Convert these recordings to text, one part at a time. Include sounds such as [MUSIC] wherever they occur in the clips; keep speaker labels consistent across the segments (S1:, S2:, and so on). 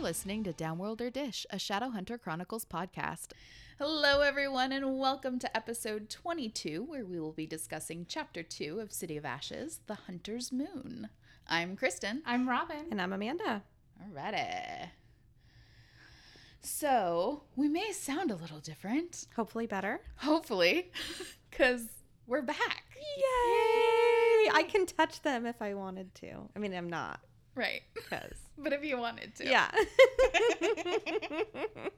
S1: listening to Downworlder Dish, a Shadowhunter Chronicles podcast.
S2: Hello, everyone, and welcome to episode 22, where we will be discussing chapter 2 of City of Ashes The Hunter's Moon. I'm Kristen.
S3: I'm Robin.
S4: And I'm Amanda.
S2: Alrighty. So, we may sound a little different,
S4: Hopefully better.
S2: hopefully, [LAUGHS] because we're back.
S4: Yay! I can touch them if I wanted to. I mean, I'm not
S2: Right. [LAUGHS]
S4: because
S2: But if you wanted to.
S4: [LAUGHS] yeah. [LAUGHS]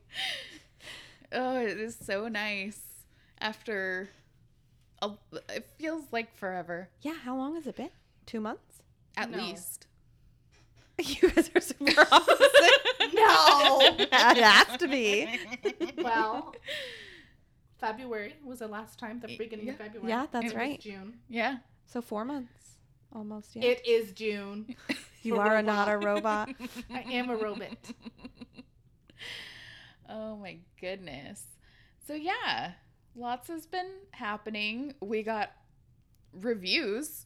S2: Oh, it is so nice after. A, it feels like forever,
S4: yeah. How long has it been? Two months.
S2: at
S3: No.
S2: least.
S4: [LAUGHS] You guys are [LAUGHS] super opposite. [LAUGHS]
S3: No.
S4: it has to be. [LAUGHS]
S3: well, February was the last time the beginning of
S2: Yeah.
S3: February.
S4: Yeah, that's
S3: It was
S4: right.
S3: June.
S2: Yeah.
S4: So four months almost. Yeah.
S3: It is June.
S4: you are a not a [LAUGHS] robot.
S3: I am a robot.
S4: [LAUGHS]
S2: Oh my goodness. So yeah, lots has been happening. We got reviews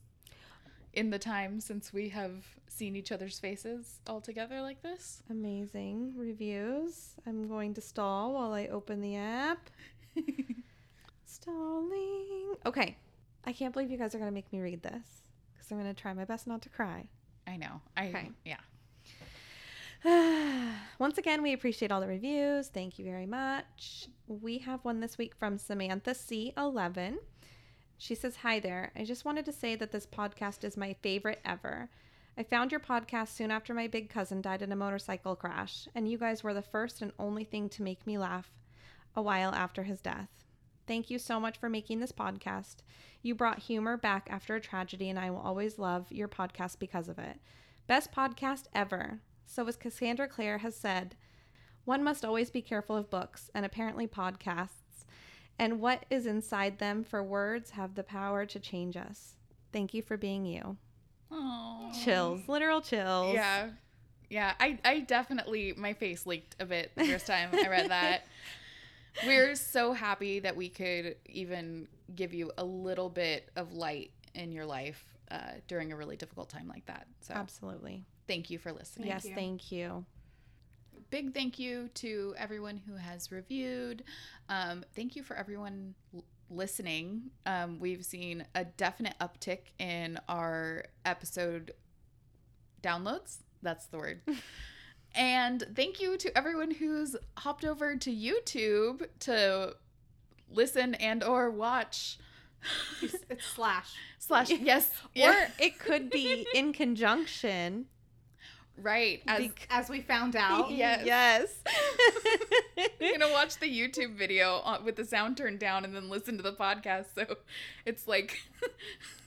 S2: in the time since we have seen each other's faces all together like
S4: [LAUGHS]
S2: this.
S4: Amazing reviews. I'm going to stall while I open the app. Stalling. Okay. I can't believe you guys are going to make me read this because I'm going to try my best not to cry.
S2: I know. I
S4: Okay.
S2: yeah.
S4: [SIGHS] Once again, we appreciate all the reviews. Thank you very much. We have one this week from Samantha C11. She says, Hi there. I just wanted to say that this podcast is my favorite ever. I found your podcast soon after my big cousin died in a motorcycle crash, and you guys were the first and only thing to make me laugh a while after his death. Thank you so much for making this podcast. You brought humor back after a tragedy, and I will always love your podcast because of it. Best podcast ever. So, as Cassandra Clare has said, one must always be careful of books and apparently podcasts, and what is inside them, for words have the power to change us. Thank you for being you.
S2: Oh.
S4: Chills, literal chills.
S2: Yeah. Yeah, I, I definitely my face leaked a bit the first time I read that. We're so happy that we could even give you a little bit of light in your life uh, during a really difficult time like that. So
S4: Absolutely.
S2: thank you for listening.
S4: yes,
S3: you.
S4: thank you.
S2: big thank you to everyone who has reviewed. Um, thank you for everyone l- listening. Um, we've seen a definite uptick in our episode downloads. That's the word. and thank you to everyone who's hopped over to YouTube to listen and or watch
S3: It's it's slash.
S2: slash yes
S4: Or it could be
S2: [LAUGHS]
S4: in conjunction.
S2: right as
S3: As we found
S4: [LAUGHS]
S3: out.
S2: Oh, yes [LAUGHS]
S4: Yes. [LAUGHS]
S2: I'm [LAUGHS] gonna watch the YouTube video on, with the sound turned down and then listen to the podcast. So it's like [LAUGHS]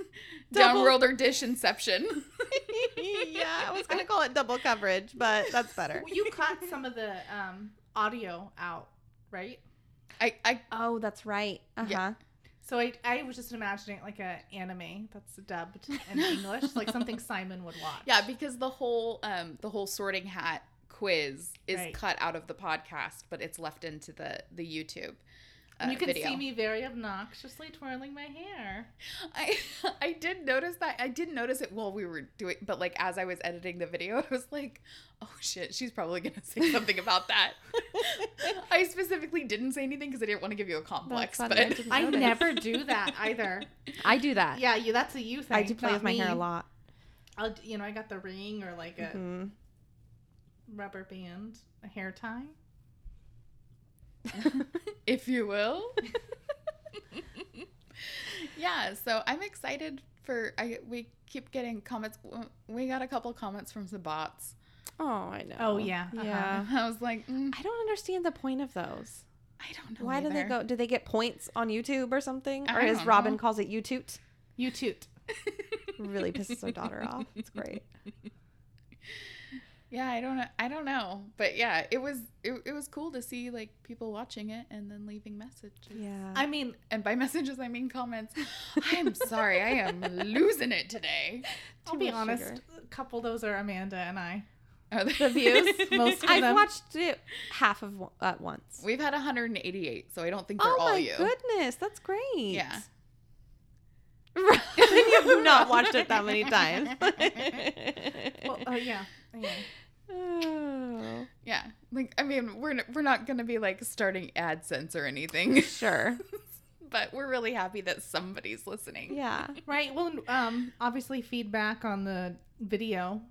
S4: Double-
S2: downworld or dish
S3: [LAUGHS]
S2: inception.
S4: yeah, I was going to call it double coverage, but that's better.
S3: Well, You cut some of the um, audio out, right?
S2: [LAUGHS] I, I
S4: Oh, that's right. Uh huh.
S3: So I, I was just imagining like a anime that's dubbed in English, like
S4: [LAUGHS]
S3: something Simon would watch.
S2: yeah, because the whole um the whole sorting hat quiz is
S3: Right.
S2: cut out of the podcast, but it's left into the the YouTube. Uh,
S3: And you can
S2: video.
S3: see me very obnoxiously twirling my hair.
S2: I [LAUGHS] I did notice that. I didn't notice it while we were doing, but like as I was editing the video, [LAUGHS] I was like, "Oh shit, she's probably gonna say something about
S4: [LAUGHS]
S2: that." I specifically didn't say anything because I didn't want to give you a complex,
S4: funny,
S2: but
S4: I didn't-
S3: I
S4: Notice.
S3: never do that either.
S4: I do
S3: [LAUGHS]
S4: that.
S3: Yeah, you. That's a you thing.
S4: I do play
S3: not
S4: with my hair
S3: me.
S4: a lot.
S3: I'll, you know, I got the ring or like a
S4: Mm. [LAUGHS]
S3: rubber band, a hair tie.
S2: [LAUGHS] if you will, yeah. So I'm excited for. I we keep getting comments. We got a couple comments from the bots. [LAUGHS]
S4: Oh, I know.
S3: Oh, yeah. Uh-huh.
S4: Yeah.
S2: I was like, mm,
S4: I don't understand the point of those.
S2: I don't know.
S4: Why do they
S2: either.
S4: go? Do they get points on YouTube or something?
S2: I
S4: Or as
S2: don't
S4: Robin
S2: know.
S4: calls it, [LAUGHS] YouTube.
S3: You toot.
S4: Really pisses her daughter off. It's great.
S2: Yeah, I don't know. I don't know, but yeah, it was it, it was cool to see like people watching it and then leaving messages.
S4: Yeah.
S3: I mean,
S2: And by [LAUGHS] messages, I mean comments. I'm sorry, I am losing it today.
S3: I'll
S4: Too
S3: be
S4: much
S3: honest.
S4: sugar.
S3: A couple of those are Amanda and
S4: [LAUGHS]
S3: I.
S2: Are they-
S4: The views? [LAUGHS]
S3: Most of
S4: I've
S3: them.
S4: watched it half of one- at once.
S2: [LAUGHS] We've had 188, so I don't think they're
S4: Oh
S2: all
S4: my
S2: you.
S4: goodness, that's great.
S2: Yeah.
S4: [LAUGHS] Robin, you've
S2: [LAUGHS]
S4: not [LAUGHS] watched it that many times. [LAUGHS]
S3: Well, oh yeah. yeah.
S4: Oh. Oh.
S2: Yeah. Like I mean, we're n- we're not going to be like starting AdSense or anything, [LAUGHS]
S4: uh, Sure.
S2: but we're really happy that somebody's listening.
S4: Yeah.
S3: Right. Well, um, obviously feedback on the video.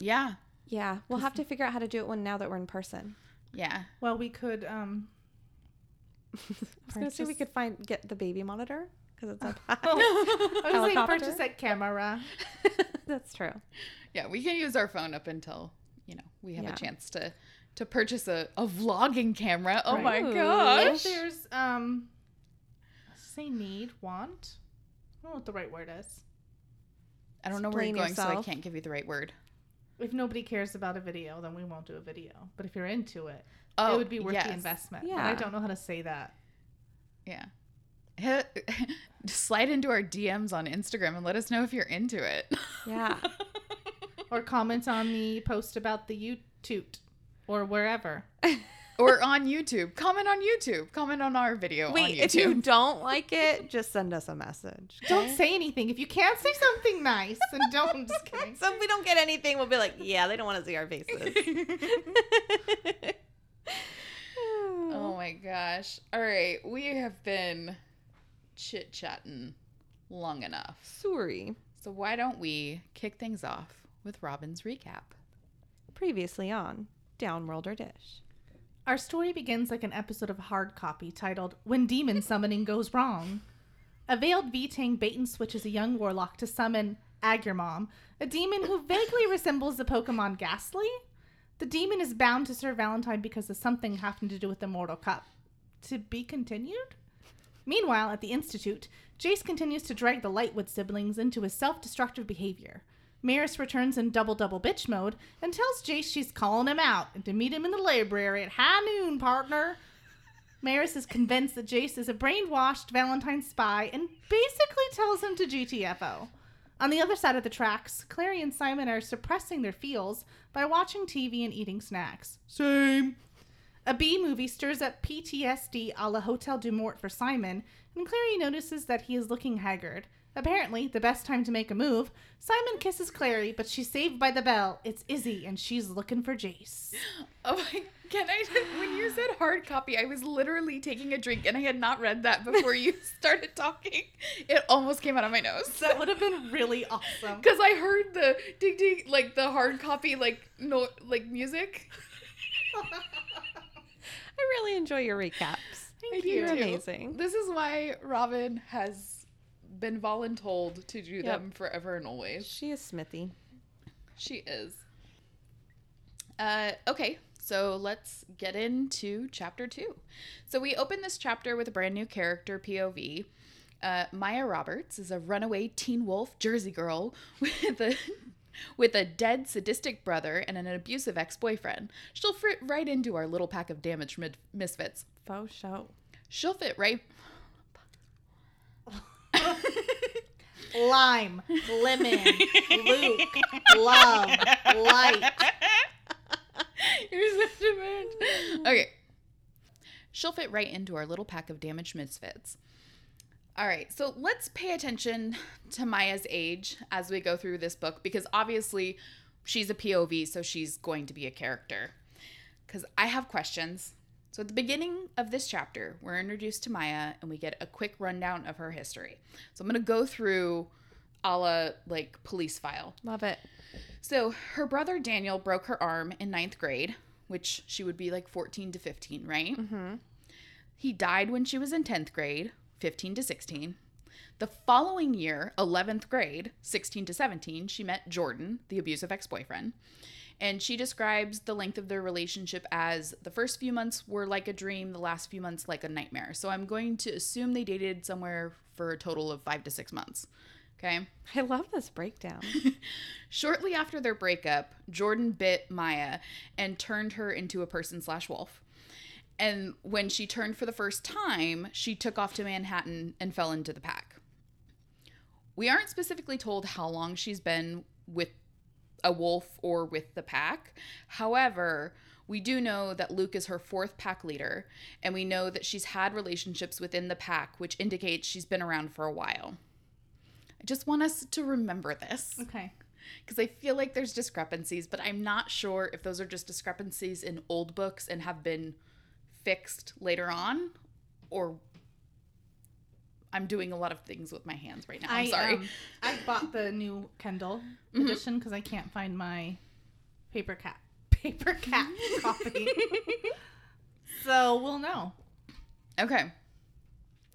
S2: Yeah.
S4: Yeah. We'll have to figure out how to do it when now that we're in person.
S2: Yeah.
S3: Well, we could. Um, [LAUGHS]
S4: I was gonna say we
S3: Purchase-
S4: could find get the baby monitor because it's up
S3: oh,
S4: [LAUGHS]
S3: I was like,
S4: Oh. Helicopter?
S3: purchase that camera.
S4: high. [LAUGHS] That's true.
S2: Yeah, we can use our phone up until, you know, we have
S4: Yeah.
S2: a chance to to purchase a, a vlogging camera. Oh
S3: Right.
S2: my
S4: Ooh.
S3: If
S2: gosh.
S3: there's um, say need, want. I don't know what the right word is.
S2: I don't know where you're
S4: Explain
S2: going, so I
S4: yourself.
S2: can't give you the right word.
S3: If nobody cares about a video, then we won't do a video. But if you're into it,
S2: Oh,
S3: it would be worth
S2: yes.
S3: the investment. Yeah.
S4: Yeah.
S3: I don't know how to say that.
S2: Yeah. Just [LAUGHS] slide into our DMs on Instagram and let us know if you're into it. [LAUGHS]
S4: Yeah. [LAUGHS]
S3: Or comment on the post about the YouTube or wherever.
S2: or on YouTube. Comment on YouTube. Comment on our video on
S4: Wait,
S2: YouTube.
S4: if you
S2: [LAUGHS]
S4: don't like it, just send us a message.
S3: Don't say anything. If you can't say something nice, then don't. I'm just kidding.
S4: So if we don't get anything, we'll be like, yeah, they don't want to see our [LAUGHS] faces.
S2: Oh my gosh. All right. We have been chit chatting long enough.
S4: Sorry.
S2: So why don't we kick things off with Robin's recap?
S4: Previously on Downworld or Dish.
S3: [LAUGHS] Our story begins like an episode of Hard Copy titled When Demon Summoning Goes Wrong. A veiled V-Tang bait and switches a young warlock to summon Agurmom, a demon who vaguely resembles the Pokemon Ghastly. The demon is bound to Sir Valentine because of something having to do with the Mortal Cup. To be continued? Meanwhile, at the Institute, Jace continues to drag the Lightwood siblings into his self destructive behavior. Maris returns in double double bitch mode and tells Jace she's calling him out and to meet him in the library at high noon, partner. Maris is convinced that Jace is a brainwashed Valentine spy and basically tells him to GTFO. On the other side of the tracks, Clary and Simon are suppressing their feels by watching TV and eating snacks. Same. A B movie stirs up PTSD a la Hotel du Mort for Simon, and Clary notices that he is looking haggard. Apparently, the best time to make a move, Simon kisses Clary, but she's saved by the bell. It's Izzy, and she's looking for Jace.
S2: Oh my can I when you said hard copy, I was literally taking a drink and I had not read that before you [LAUGHS] started talking. It almost came out of my nose.
S3: [LAUGHS] That would have been really awesome.
S2: Because I heard the ding ding like the hard copy like no like
S4: [LAUGHS]
S2: music.
S4: I really enjoy your recaps.
S2: Thank
S4: You're
S2: you.
S4: amazing.
S2: This is why Robin has been voluntold to do them forever and always.
S4: She is Smithy.
S2: She is. Uh, okay, so let's get into chapter two. So we open this chapter with a brand new character POV. Uh, Maya Roberts is a runaway teen wolf Jersey girl [LAUGHS] with a with a dead sadistic brother and an abusive ex boyfriend. She'll fit right into our little pack of damaged mid- misfits.
S4: Faux show.
S2: She'll fit right
S3: [LAUGHS]
S2: [LAUGHS]
S3: Lime, [LAUGHS] lemon, Luke, love, light.
S2: [LAUGHS] You're such a bitch. Okay. She'll fit right into our little pack of damaged misfits. All right, so let's pay attention to Maya's age as we go through this book because obviously she's a POV, so she's going to be a character. Because I have questions. So at the beginning of this chapter, we're introduced to Maya and we get a quick rundown of her history. So I'm going to go through a la like police file.
S4: Love it.
S2: So her brother Daniel broke her arm in ninth grade, which she would be like 14 to 15, right?
S4: Mm-hmm.
S2: He died when she was in 10th grade, 15 to 16. The following year, 11th grade, 16 to 17, she met Jordan, the abusive ex boyfriend. And she describes the length of their relationship as the first few months were like a dream, the last few months like a nightmare. So I'm going to assume they dated somewhere for a total of five to six months. Okay.
S4: I love this breakdown.
S2: Shortly after their breakup, Jordan bit Maya and turned her into a person slash wolf. And when she turned for the first time, she took off to Manhattan and fell into the pack. We aren't specifically told how long she's been with a wolf or with the pack. However, we do know that Luke is her fourth pack leader, and we know that she's had relationships within the pack, which indicates she's been around for a while. I just want us to remember this.
S3: Okay.
S2: because I feel like there's discrepancies, but I'm not sure if those are just discrepancies in old books and have been fixed later on, or I'm doing a lot of things with my hands right now. I'm sorry.
S3: um, I bought the new Kindle
S2: Mhm.
S3: edition because I can't find my paper cat paper cat copy. so we'll know.
S2: okay.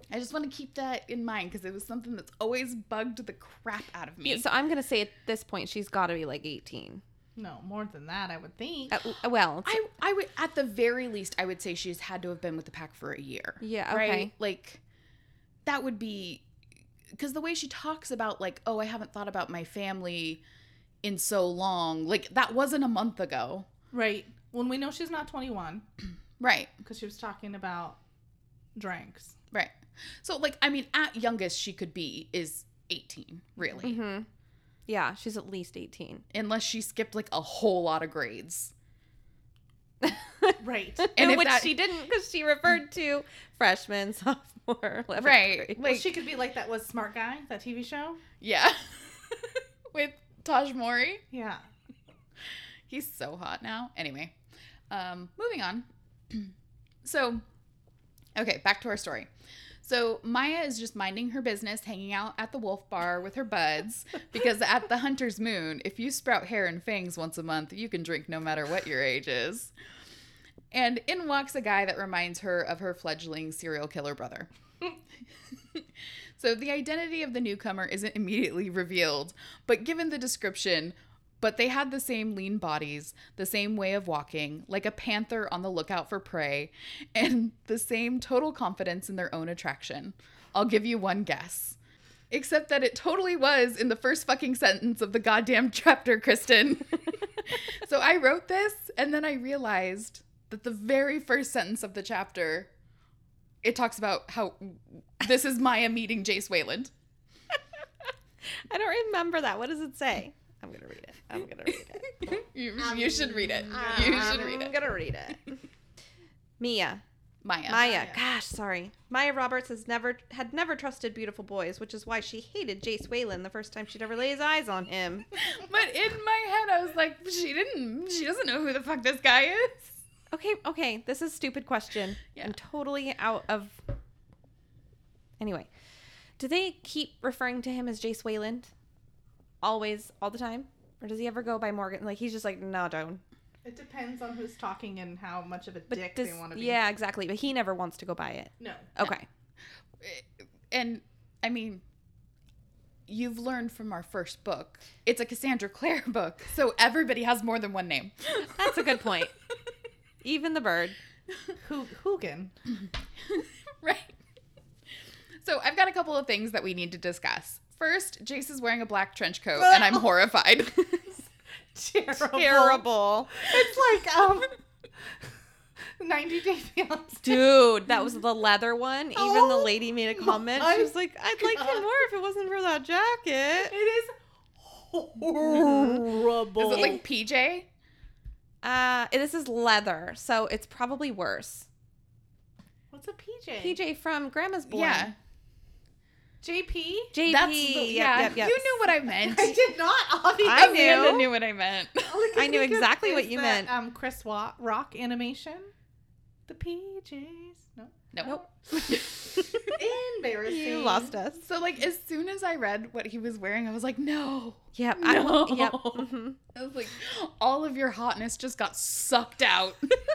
S2: I just want to keep that in mind because it was something that's always bugged the crap out of me.
S4: So I'm gonna say at this point she's got to be like 18.
S3: No, more than that, I would think.
S4: At, uh, well, it's-
S2: I, I would at the very least I would say she's had to have been with the pack for a year.
S4: Yeah, okay.
S2: Like that would be because the way she talks about like oh I haven't thought about my family in so long like that wasn't a month ago
S3: Right. When we know she's not 21
S2: right
S3: because she was talking about drinks.
S2: right so like I mean at youngest she could be is 18 really
S4: mhm. yeah, she's at least 18.
S2: unless she skipped like a whole lot of grades
S3: Right.
S2: And if
S4: Which
S2: that-
S4: she didn't because she referred to freshman, [LAUGHS] sophomore, 11th
S2: right
S4: grade.
S2: like
S3: she could be like that was Smart Guy, that TV show.
S2: yeah [LAUGHS] with Taj Mori
S3: Yeah.
S2: He's so hot now. Anyway, um, moving on. [CLEARS THROAT] so, okay, back to our story. So Maya is just minding her business, hanging out at the wolf bar with her buds, because at the Hunter's Moon, if you sprout hair and fangs once a month, you can drink no matter what your age is. And in walks a guy that reminds her of her fledgling serial killer brother. so the identity of the newcomer isn't immediately revealed, but given the description, but they had the same lean bodies, the same way of walking, like a panther on the lookout for prey, [LAUGHS] and the same total confidence in their own attraction. I'll give you one guess. Except that it totally was in the first fucking sentence of the goddamn [LAUGHS] chapter, Kristen. so I wrote this and then I realized that the very first sentence of the chapter it talks about how this is Maya meeting Jace Wayland.
S4: I don't remember that. What does it say? I'm going to read it. I'm going to read it.
S2: You, you should read
S3: [LAUGHS]
S2: it. You should Um, read
S4: I'm
S3: Um,
S2: it.
S4: going to read it. [LAUGHS] Mia.
S2: Maya.
S4: Maya, gosh, sorry. Maya Roberts has never had never trusted beautiful boys, which is why she hated Jace Whalen the first time she'd ever lays eyes on him.
S2: But in my head, I was like, she didn't. She doesn't know who the fuck this guy is.
S4: Okay, okay, this is a stupid question.
S2: Yeah.
S4: I'm totally out of. Anyway, do they keep referring to him as Jace Wayland? Always, all the time, or does he ever go by Morgan? Like he's just like no, don't.
S3: It depends on who's talking and how much of a
S4: But
S3: dick
S4: does,
S3: they want to be.
S4: yeah, exactly. But he never wants to go by it.
S3: No.
S4: Okay,
S2: And I mean, you've learned from our first book. It's a Cassandra Clare [LAUGHS] book, so everybody has more than one name. [LAUGHS]
S4: that's a
S3: [LAUGHS]
S4: good point. Even the bird.
S3: Ho- Hoogan.
S2: right. So I've got a couple of things that we need to discuss. First, Jace is wearing a black trench coat, and I'm horrified. [LAUGHS]
S3: Terrible.
S4: Terrible.
S3: It's like um [LAUGHS] 90 Day Fiance.
S4: Dude, that was the leather
S3: [LAUGHS]
S4: one. Even the
S3: Oh
S4: lady made a comment.
S3: my
S4: She was like, I'd like him
S3: God.
S4: more if it wasn't for that jacket.
S3: It is horrible.
S2: is it like PJ?
S4: Uh, this is leather, so it's probably worse.
S3: What's a PJ?
S4: PJ from Grandma's Boy.
S2: Yeah.
S3: JP?
S4: JP.
S2: That's the,
S4: yep,
S2: yeah.
S4: yep, yep.
S2: You knew what I
S3: [LAUGHS]
S2: meant.
S3: I did not, obviously.
S4: I
S3: [LAUGHS]
S4: knew.
S2: Amanda knew what I meant. [LAUGHS]
S3: Only 'cause
S4: I knew
S3: we could
S4: exactly what
S3: place
S4: you
S3: that,
S4: meant.
S3: Um, Chris Wa- Rock animation. The PJs. No.
S2: Nope.
S3: [LAUGHS] Embarrassing.
S4: You lost us.
S2: So like as soon as I read what he was wearing, I was like, no.
S4: Yep.
S2: No.
S4: I, yep. mhm.
S2: I was like, all of your hotness just got sucked out. [LAUGHS]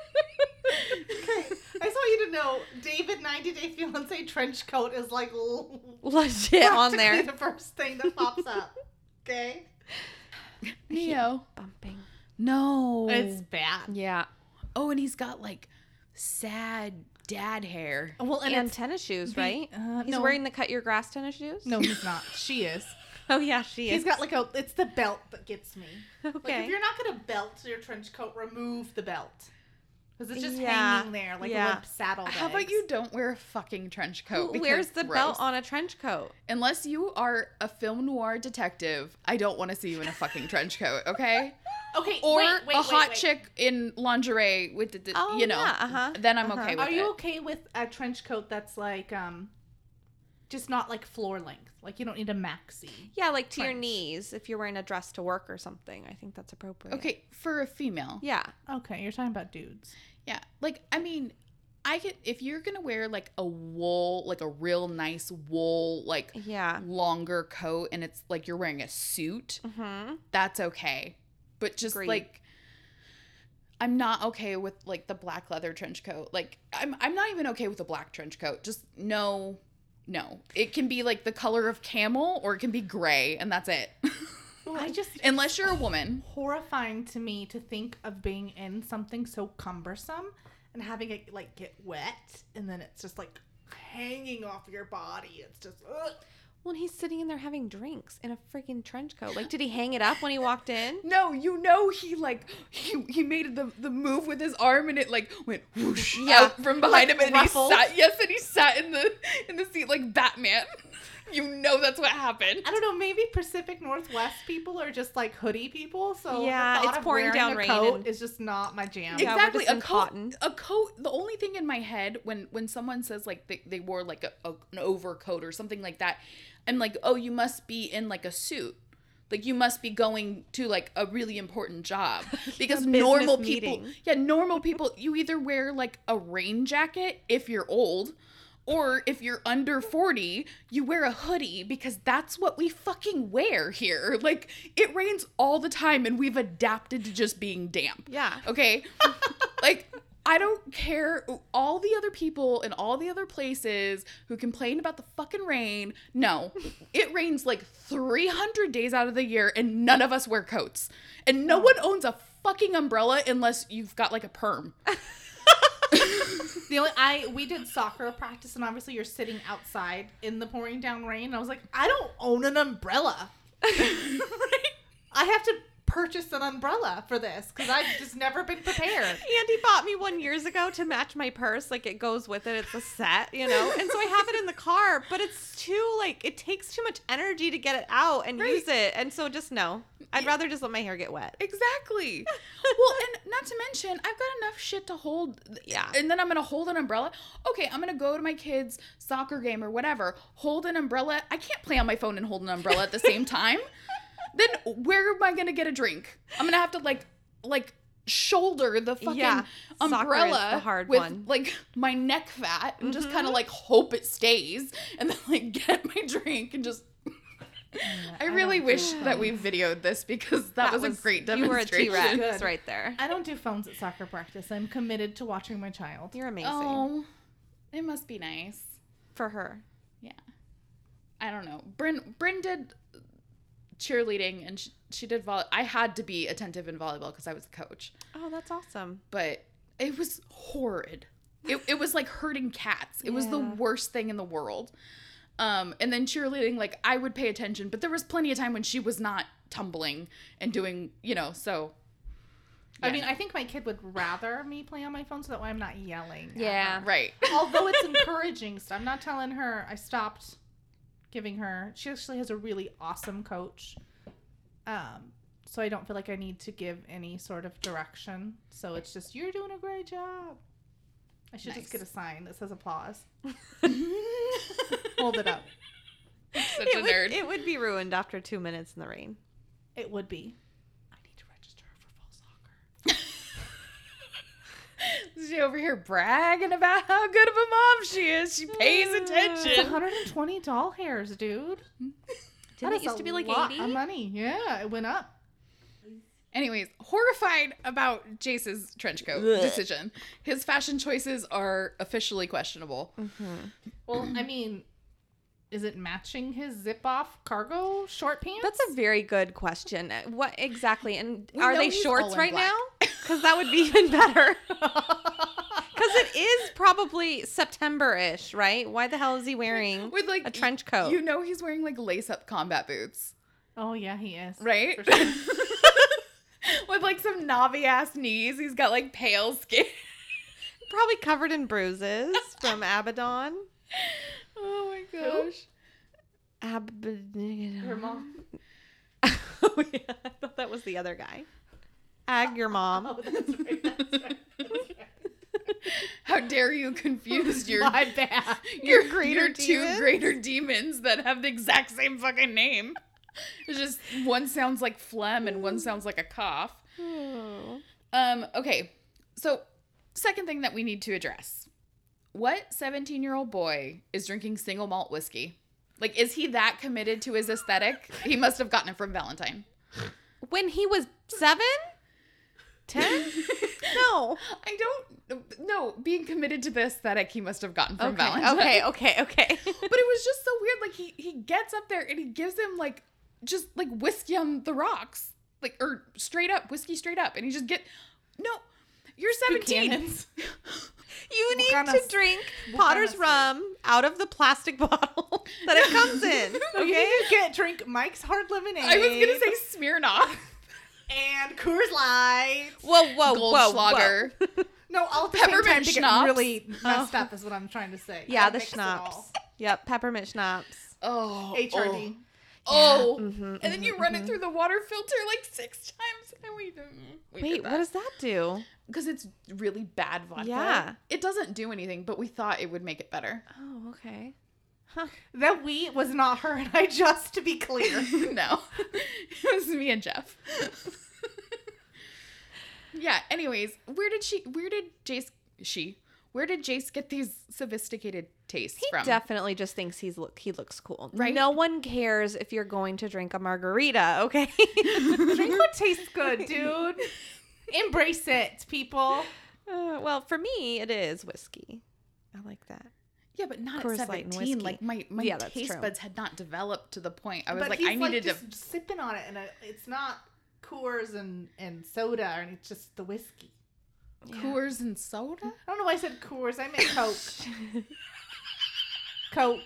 S3: Okay. I just want you to know David 90 Day Fiance trench coat is like
S4: Legit on
S3: practically [LAUGHS]
S4: there.
S3: the first thing that pops [LAUGHS] up. Okay?
S2: Neo.
S4: Bumping.
S2: No.
S3: bad.
S2: yeah. Oh, and he's got like sad dad hair.
S3: Well, and,
S4: And,
S3: it's.
S4: tennis shoes,
S3: the-
S4: right?
S3: uh,
S4: He's
S3: no.
S4: wearing the cut your grass tennis shoes?
S3: No, he's not. She is.
S4: Oh, yeah, she is.
S3: He's got like a. It's the belt that gets me. Like
S4: Okay.
S3: if you're not gonna belt your trench coat, remove the belt because it's just
S4: Yeah.
S3: hanging there like
S4: Yeah.
S3: a limp saddle.
S2: How about
S3: bags.
S2: you don't wear a fucking trench coat?
S4: Who
S2: because
S4: wears the
S2: gross.
S4: belt on a trench coat?
S2: Unless you are a film noir detective, I don't want to see you in a fucking trench coat, okay?
S3: Okay,
S2: Or
S3: wait, wait,
S2: a
S3: wait,
S2: hot
S3: wait.
S2: chick in lingerie with the, the-
S4: Oh,
S2: you know.
S4: yeah, uh-huh,
S2: Then I'm
S4: uh-huh.
S2: okay with
S3: Are you
S2: it.
S3: okay with a trench coat that's like um just not like floor length. Like you don't need a maxi.
S4: Yeah, like to your
S3: Trench.
S4: knees if you're wearing a dress to work or something. I think that's appropriate.
S2: Okay, for a female.
S4: Yeah.
S3: Okay, you're talking about dudes.
S2: Yeah. Like, I mean, I could, if you're going to wear like a wool, like a real nice wool, like
S4: Yeah.
S2: longer coat and it's like you're wearing a suit,
S4: Mm-hmm.
S2: that's okay. But just
S4: Agreed.
S2: like, I'm not okay with like the black leather trench coat. Like, I'm, I'm not even okay with a black trench coat. Just no, no. It can be like the color of camel or it can be gray and that's it. [LAUGHS]
S3: I just
S2: Unless you're a woman.
S3: horrifying to me to think of being in something so cumbersome and having it like get wet and then it's just like hanging off your body. It's just ugh.
S4: When he's sitting in there having drinks in a freaking trench coat. Like, did he hang it up when he walked in?
S2: No, you know he like he he made the the move with his arm and it like went whoosh
S4: Yeah.
S2: out from behind
S4: Like
S2: him and
S4: ruffled.
S2: he sat yes and he sat in the in the seat like Batman. [LAUGHS] You know that's what happened.
S3: I don't know. Maybe Pacific Northwest people are just like hoodie people. So
S4: Yeah,
S3: the thought
S4: it's
S3: of
S4: pouring
S3: wearing
S4: down
S3: a
S4: rain
S3: Coat
S4: and-
S3: is just not my jam.
S4: Yeah. we're
S2: exactly
S4: just
S2: a
S4: in
S2: coat
S4: cotton.
S2: a coat the only thing in my head when when someone says like they, they wore like a, a- an overcoat or something like that i'm like oh you must be in like a suit like you must be going to like a really important
S4: [LAUGHS]
S2: job because
S4: business
S2: normal people
S4: meeting.
S2: yeah normal people you either wear like a rain jacket if you're old or if you're under 40 you wear a hoodie because that's what we fucking wear here [LAUGHS] like it rains all the time and we've adapted to just being damp
S4: Yeah.
S2: Okay. like, I don't care. All the other people in all the other places who complain about the fucking rain. No, it rains like 300 days out of the year, and none of us wear coats. And no one owns a fucking umbrella unless you've got like a perm.
S3: The only I we did soccer practice and obviously you're sitting outside in the pouring down rain. And I was like, I don't own an
S4: [LAUGHS]
S3: umbrella. I have to purchase an umbrella for this because I've just never been prepared.
S4: Andy bought me one years ago to match my purse. Like it goes with it. It's a set, you know. And so I have it in the car, but it's too like it takes too much energy to get it out and use it. And so just no. I'd rather just let my hair get wet. [LAUGHS]
S2: Exactly. well, and not to mention, I've got enough shit to hold.
S4: Yeah.
S2: And then I'm going to hold an umbrella. Okay, I'm going to go to my kids' soccer game or whatever, hold an umbrella. I can't play on my phone and hold an umbrella at the
S4: [LAUGHS]
S2: same time. then where am I going to get a drink? I'm going to have to like, like, shoulder the fucking
S4: Yeah. Soccer is
S2: umbrella
S4: the hard
S2: with
S4: one. Mm-hmm.
S2: like my neck fat and just kind of like hope it stays and then like [LAUGHS] get my drink and just I really wish that we videoed this because that, was, a great demonstration.
S4: You were a T Rex
S3: Good.
S4: right there.
S3: I don't do phones at soccer practice. I'm committed to watching my child.
S4: You're amazing
S2: Oh, it must be nice.
S4: for her.
S2: Yeah, I don't know. Bryn Bryn did cheerleading and she, she did volley. I had to be attentive in volleyball because I was the coach,
S4: Oh, that's awesome.
S2: but it was horrid. It, it was like herding cats. It was the
S4: Yeah.
S2: worst thing in the world. Um, and then cheerleading, like I would pay attention, but there was plenty of time when she was not tumbling and doing, you know. So
S3: I
S2: Yeah.
S3: mean, I think my kid would rather me play on my phone so that way I'm not yelling. at her.
S2: right, [LAUGHS]
S3: Although it's encouraging, so I'm not telling her I stopped giving her. She actually has a really awesome coach. Um, so I don't feel like I need to give any sort of direction. So it's just you're doing a great job. I should
S2: Nice.
S3: just get a sign that says applause. Hold it up.
S2: such
S4: It
S2: a
S4: would,
S2: nerd.
S4: it would be ruined after two minutes in the rain.
S3: It would be.
S4: I need to register for fall soccer.
S2: She over here bragging about how good of a mom she is. She pays
S3: It's
S2: attention.
S3: [LAUGHS] 120 doll hairs, dude.
S4: Didn't
S3: That
S4: it
S3: is
S4: used
S3: a
S4: to be like
S3: lot
S4: 80?
S3: of money. Yeah, it went up.
S2: Anyways, horrified about Jace's trench coat decision. His fashion choices are officially questionable.
S3: Well, I mean, is it matching his zip off cargo short pants?
S4: That's a very good question. Uh, What exactly? And
S2: We
S4: are
S2: know
S4: they
S2: he's all
S4: shorts
S2: in
S4: right
S2: black. [LAUGHS]
S4: now? Because that would be even better. Because [LAUGHS] it is probably September ish, right? Why the hell is he wearing [LAUGHS]
S2: With like
S4: Mm-hmm. a trench coat?
S2: You know he's wearing like lace up combat boots,
S3: oh yeah, he is.
S2: right?
S3: For sure.
S2: [LAUGHS] With like some knobby ass knees. He's got like pale skin.
S4: probably covered in bruises from Abaddon.
S2: Oh my gosh.
S4: Abaddon.
S3: Her mom.
S4: [LAUGHS]
S3: [LAUGHS]
S4: oh, yeah. I thought that was the other guy. Ag your mom.
S3: Oh, that's right. That's right.
S2: How dare you
S3: [LAUGHS]
S2: confuse [LAUGHS] your
S3: My bad. [LAUGHS]
S2: [LAUGHS] your,
S1: greater
S2: your two
S1: demons?
S2: greater demons that have the exact same fucking name. [LAUGHS] It's just one sounds like phlegm and one sounds like a cough.
S4: Oh.
S2: Um, okay. So, second thing that we need to address. What 17-year-old boy is drinking single malt whiskey? Like is he that committed to his aesthetic? He must have gotten it from Valentine.
S4: When he was seven?
S3: [LAUGHS]
S1: Ten?
S4: No.
S2: [LAUGHS] I don't no, being committed to the aesthetic he must have gotten from
S4: Okay.
S2: Valentine.
S4: Okay. Okay.
S3: [LAUGHS]
S4: Okay.
S2: but it was just so weird. Like he he gets up there and he gives him like just like whiskey on the rocks, like or straight up whiskey straight up, and he just get no. You're 17.
S3: Buchanan's.
S4: [LAUGHS] You need
S3: gonna
S4: to
S3: s-
S4: drink Potter's rum out of the plastic [LAUGHS] bottle that it comes in.
S3: [LAUGHS] Okay, you get drink Mike's hard lemonade.
S2: [LAUGHS] I was gonna say Smirnoff,
S3: and Coors Light.
S4: Whoa, whoa, whoa, whoa.
S2: Goldschlager.
S4: [LAUGHS]
S3: No, all at the
S2: Peppermint
S3: same time to
S2: schnapps?
S3: get really messed up is what I'm trying to say.
S4: Yeah,
S3: I
S4: the
S3: mix it
S4: schnapps.
S3: all.
S4: Yep, peppermint schnapps.
S2: Oh,
S3: HRD.
S2: Oh,
S4: Yeah, mhm,
S2: and then you run it through the water filter like six times, and we didn't. We
S4: Wait, what does that do?
S2: Because it's really bad vodka.
S4: Yeah.
S2: it doesn't do anything, but we thought it would make it better.
S4: Oh, okay.
S3: That we was not her and I, just to
S2: [LAUGHS]
S3: be clear.
S2: no, it was me and Jeff. yeah. Anyways, where did she? Where did Jace? She? Where did Jace get these sophisticated tastes
S4: He
S2: from?
S4: definitely just thinks he's look he looks cool.
S2: Right?
S4: No one cares if you're going to drink a margarita, okay? [LAUGHS]
S3: Drink what tastes good, dude. Embrace it, people.
S4: Uh, well, for me it is whiskey. I like that.
S2: yeah, but not at
S4: Coors Light and
S2: seventeen.
S4: whiskey.
S2: Like my my
S4: Yeah, that's
S2: taste
S4: true.
S2: buds had not developed to the point I was
S3: but
S2: like,
S3: he's
S2: I needed
S3: like just
S2: to.
S3: sipping on it, and uh it's not Coors and and soda, and it's just the whiskey.
S4: [LAUGHS]
S2: Coors and soda?
S3: I don't know why I said Coors. I meant
S2: [LAUGHS]
S3: Coke. Coke,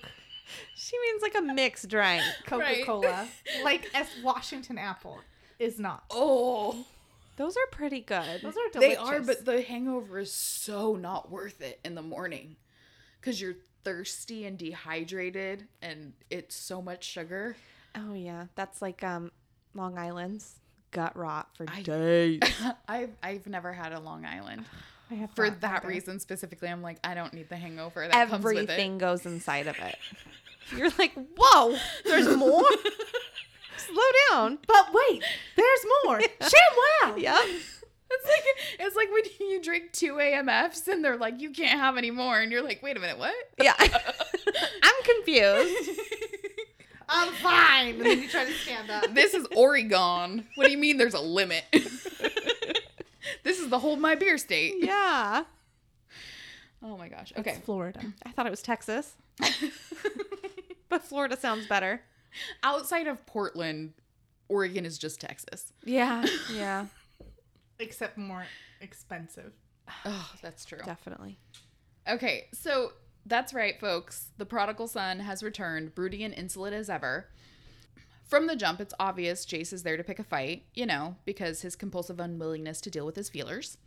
S4: She means like a mixed drink.
S3: Coca Cola,
S2: [LAUGHS]
S3: like as Washington Apple is not.
S2: Oh,
S4: Those are pretty good.
S3: Those are delicious.
S2: they are, but the hangover is so not worth it in the morning because you're thirsty and dehydrated, and it's so much sugar.
S4: Oh yeah, that's like um Long Island's gut rot for
S2: I-
S4: days.
S2: [LAUGHS] I've I've never had a Long Island.
S3: I have
S2: For
S3: not
S2: that
S3: either.
S2: reason specifically, I'm like, I don't need the hangover that comes with it.
S4: Everything goes inside of
S2: [LAUGHS]
S4: it. You're like, whoa, there's more. Slow down.
S3: But wait, there's
S2: [LAUGHS]
S3: more. ShamWow.
S4: Yep.
S2: It's like it's like when you drink two AMFs and they're like, you can't have any more, and you're like, wait a minute, what?
S4: Yeah.
S2: [LAUGHS]
S4: I'm confused.
S3: I'm fine. And then you try to
S2: [LAUGHS]
S3: stand up.
S2: This is Oregon. What do you mean? There's a limit. [LAUGHS] this is the whole my beer state.
S4: [LAUGHS] Yeah.
S2: Oh my gosh. Okay.
S3: Florida.
S4: I thought it was Texas, but Florida sounds better.
S2: [LAUGHS] Outside of Portland, Oregon is just Texas.
S4: [LAUGHS] Yeah. Yeah.
S3: Except more expensive.
S2: Oh, that's true.
S4: Definitely.
S2: Okay, so that's right, folks. The prodigal son has returned, broody and insolent as ever. From the jump, it's obvious Jace is there to pick a fight, you know, because his compulsive unwillingness to deal with his feelers.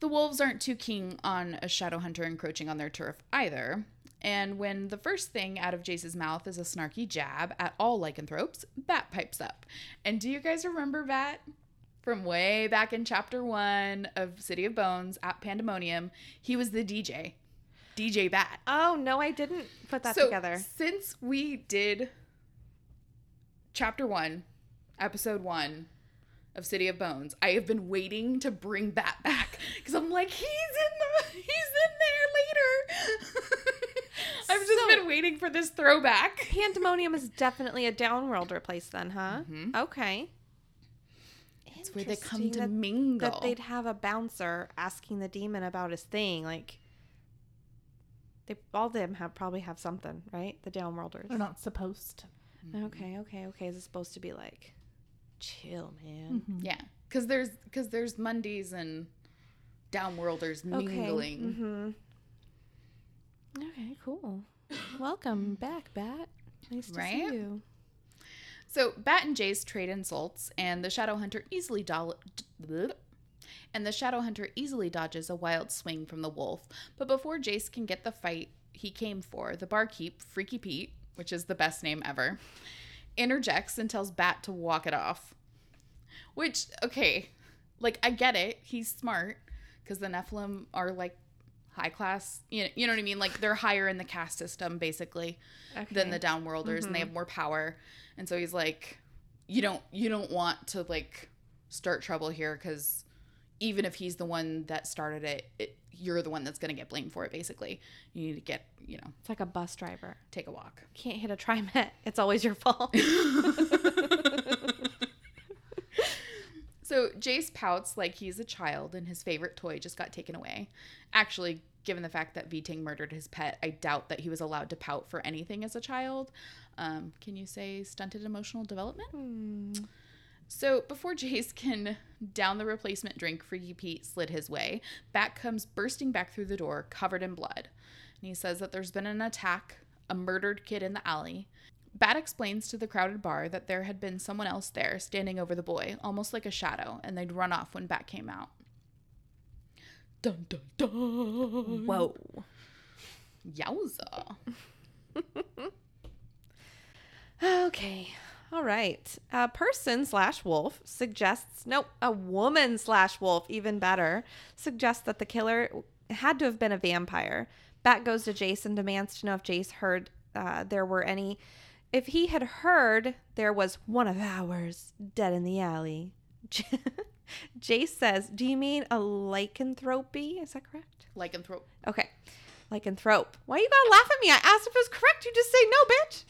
S2: The wolves aren't too keen on a shadow hunter encroaching on their turf either. And when the first thing out of Jace's mouth is a snarky jab at all lycanthropes, Bat pipes up. And do you guys remember Bat? From way back in chapter one of City of Bones at Pandemonium, he was the DJ. DJ Bat
S4: Oh, no, I didn't put that together.
S2: since we did chapter one, episode one of City of Bones, I have been waiting to bring Bat back [LAUGHS] because I'm like, he's in the, he's in there later. [LAUGHS] I've just been waiting for this throwback.
S4: Pandemonium is definitely a downworlder place, then, huh?
S2: Mhm.
S4: Okay.
S2: It's where they come
S4: Interesting
S2: to
S4: that-
S2: mingle.
S4: that they'd have a bouncer asking the demon about his thing. Like they all of them have probably have something, right? The downworlders.
S3: They're not supposed to. [LAUGHS]
S4: Okay, okay, okay. Is it supposed to be like chill, man?
S2: yeah, because there's because there's Mondays and Downworlders mingling.
S4: mm-hmm. Okay. hmm Okay, cool. [LAUGHS] Welcome back, Bat. Nice to
S2: Right?
S4: see you.
S2: So Bat and Jace trade insults, and the Shadow Hunter easily dol- d- bleh. and the Shadow Hunter easily dodges a wild swing from the wolf. But before Jace can get the fight he came for, the barkeep, Freaky Pete, which is the best name ever, interjects and tells Bat to walk it off. Which, okay, like I get it, he's smart. because the Nephilim are like high class. You know, you know what I mean? Like they're higher in the caste system basically than the downworlders, and they have more power. And so he's like, you don't you don't want to like start trouble here because even if he's the one that started it, it you're the one that's going to get blamed for it basically you need to get you know
S4: It's like a bus driver.
S2: take a walk
S4: Can't hit a TriMet. It's always
S2: [LAUGHS]
S4: your fault.
S2: So Jace pouts like he's a child and his favorite toy just got taken away. Actually, given the fact that Viting murdered his pet, I doubt that he was allowed to pout for anything as a child. Um, can you say stunted emotional development? So before Jace can down the replacement drink, Freaky Pete slid his way. Back comes bursting back through the door, covered in blood. And he says that there's been an attack, a murdered kid in the alley. Bat explains to the crowded bar that there had been someone else there standing over the boy, almost like a shadow, and they'd run off when Bat came out. Dun dun dun.
S4: Whoa.
S2: Yowza.
S4: Okay. All right. A person slash wolf suggests, nope, a woman slash wolf, even better, suggests that the killer had to have been a vampire. Bat goes to Jace and demands to know if Jace heard uh, there were any. If he had heard there was one of ours dead in the alley. [LAUGHS] Jace says, Do you mean a lycanthropy? Is that correct?
S2: Lycanthrope.
S4: Okay. Lycanthrope. Why you gotta laugh at me? I asked if it was correct. You just say no, bitch.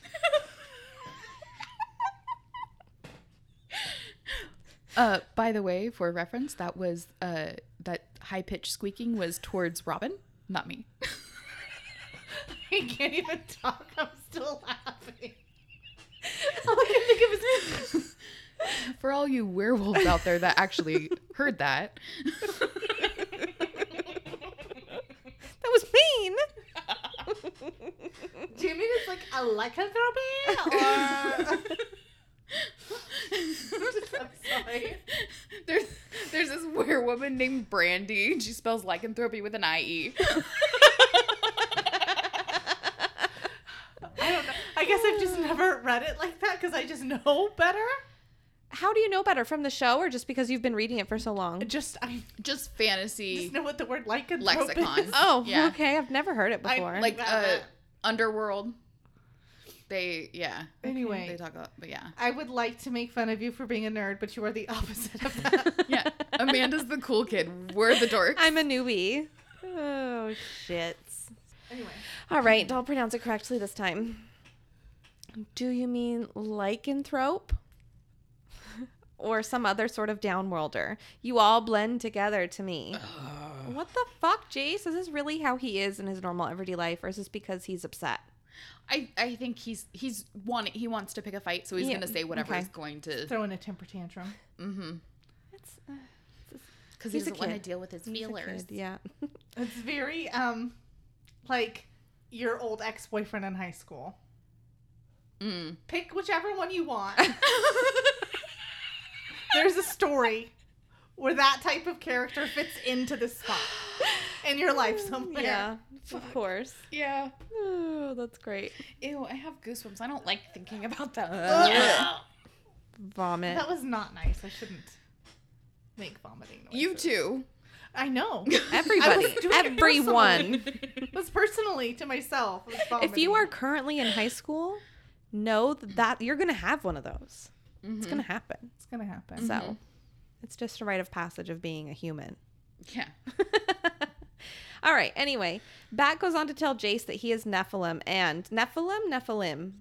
S2: Uh, by the way, for reference, that was uh, that high pitched squeaking was towards Robin, not me. [LAUGHS]
S3: I can't even talk. I'm still
S2: [LAUGHS]
S3: laughing. [LAUGHS]
S2: For all you werewolves out there that actually heard that,
S4: That was mean.
S3: Do you mean it's like
S2: [LAUGHS]
S3: a lycanthropy? Or...
S4: [LAUGHS]
S3: I'm sorry.
S2: [LAUGHS] there's there's this werewoman named Brandy. and She spells lycanthropy with an I
S4: [LAUGHS]
S2: E.
S3: I don't know. I guess I've just never read it like that because I just know better.
S4: How do you know better from the show or just because you've been reading it for so long?
S3: Just I
S2: Just
S3: just
S2: fantasy,
S3: know what the word lycanthrope
S2: Lexicon.
S3: is.
S4: Oh,
S2: Yeah.
S4: okay. I've never heard it
S3: I-
S4: before.
S2: like uh, underworld. They yeah. They
S3: Anyway,
S2: talk about but yeah.
S3: I would like to make fun of you for being a nerd, but you are the [LAUGHS] opposite of that.
S2: Yeah. [LAUGHS] Amanda's the cool kid. We're the dorks.
S4: I'm a newbie. Oh shit.
S3: anyway,
S4: All right, I'll pronounce it correctly this time. Do you mean lycanthrope? or some other sort of downworlder? You all blend together to me. What the fuck, Jace? Is this really how he is in his normal everyday life, or is this because he's upset?
S2: I, I think he's he's one he wants to pick a fight, so he's
S4: Yeah,
S2: gonna say whatever
S4: okay.
S2: he's going to
S3: throwing a temper tantrum.
S2: mm-hmm.
S4: It's,
S2: Because he
S4: He's a
S2: doesn't want to
S4: kid.
S2: deal with his
S4: it's a
S2: feelers.
S4: kid, yeah. [LAUGHS]
S3: It's very um, like your old ex boyfriend in high school.
S2: Mm.
S3: Pick whichever one you want.
S4: [LAUGHS]
S3: There's a story where that type of character fits into this spot in your life somewhere.
S4: yeah, of course.
S2: Yeah.
S4: Oh, uh, that's great.
S2: Ew, I have goosebumps. I don't like thinking about that.
S4: [LAUGHS]
S3: Ugh.
S4: Vomit.
S3: That was not nice. I shouldn't make vomiting noises.
S2: You too.
S3: I
S4: [LAUGHS]
S3: know.
S4: Everybody.
S3: I was doing it
S4: Everyone.
S3: It was personally to myself. It was
S4: If you
S3: vomiting.
S4: are currently in high school, know that you're going to have one of those. It's
S3: Mm-hmm.
S4: going to happen.
S3: it's gonna happen.
S4: So it's just a rite of passage of being a human.
S2: [LAUGHS]
S4: [LAUGHS]
S2: Yeah.
S4: All right. Anyway, Bat goes on to tell Jace that he is Nephilim and Nephilim, Nephilim,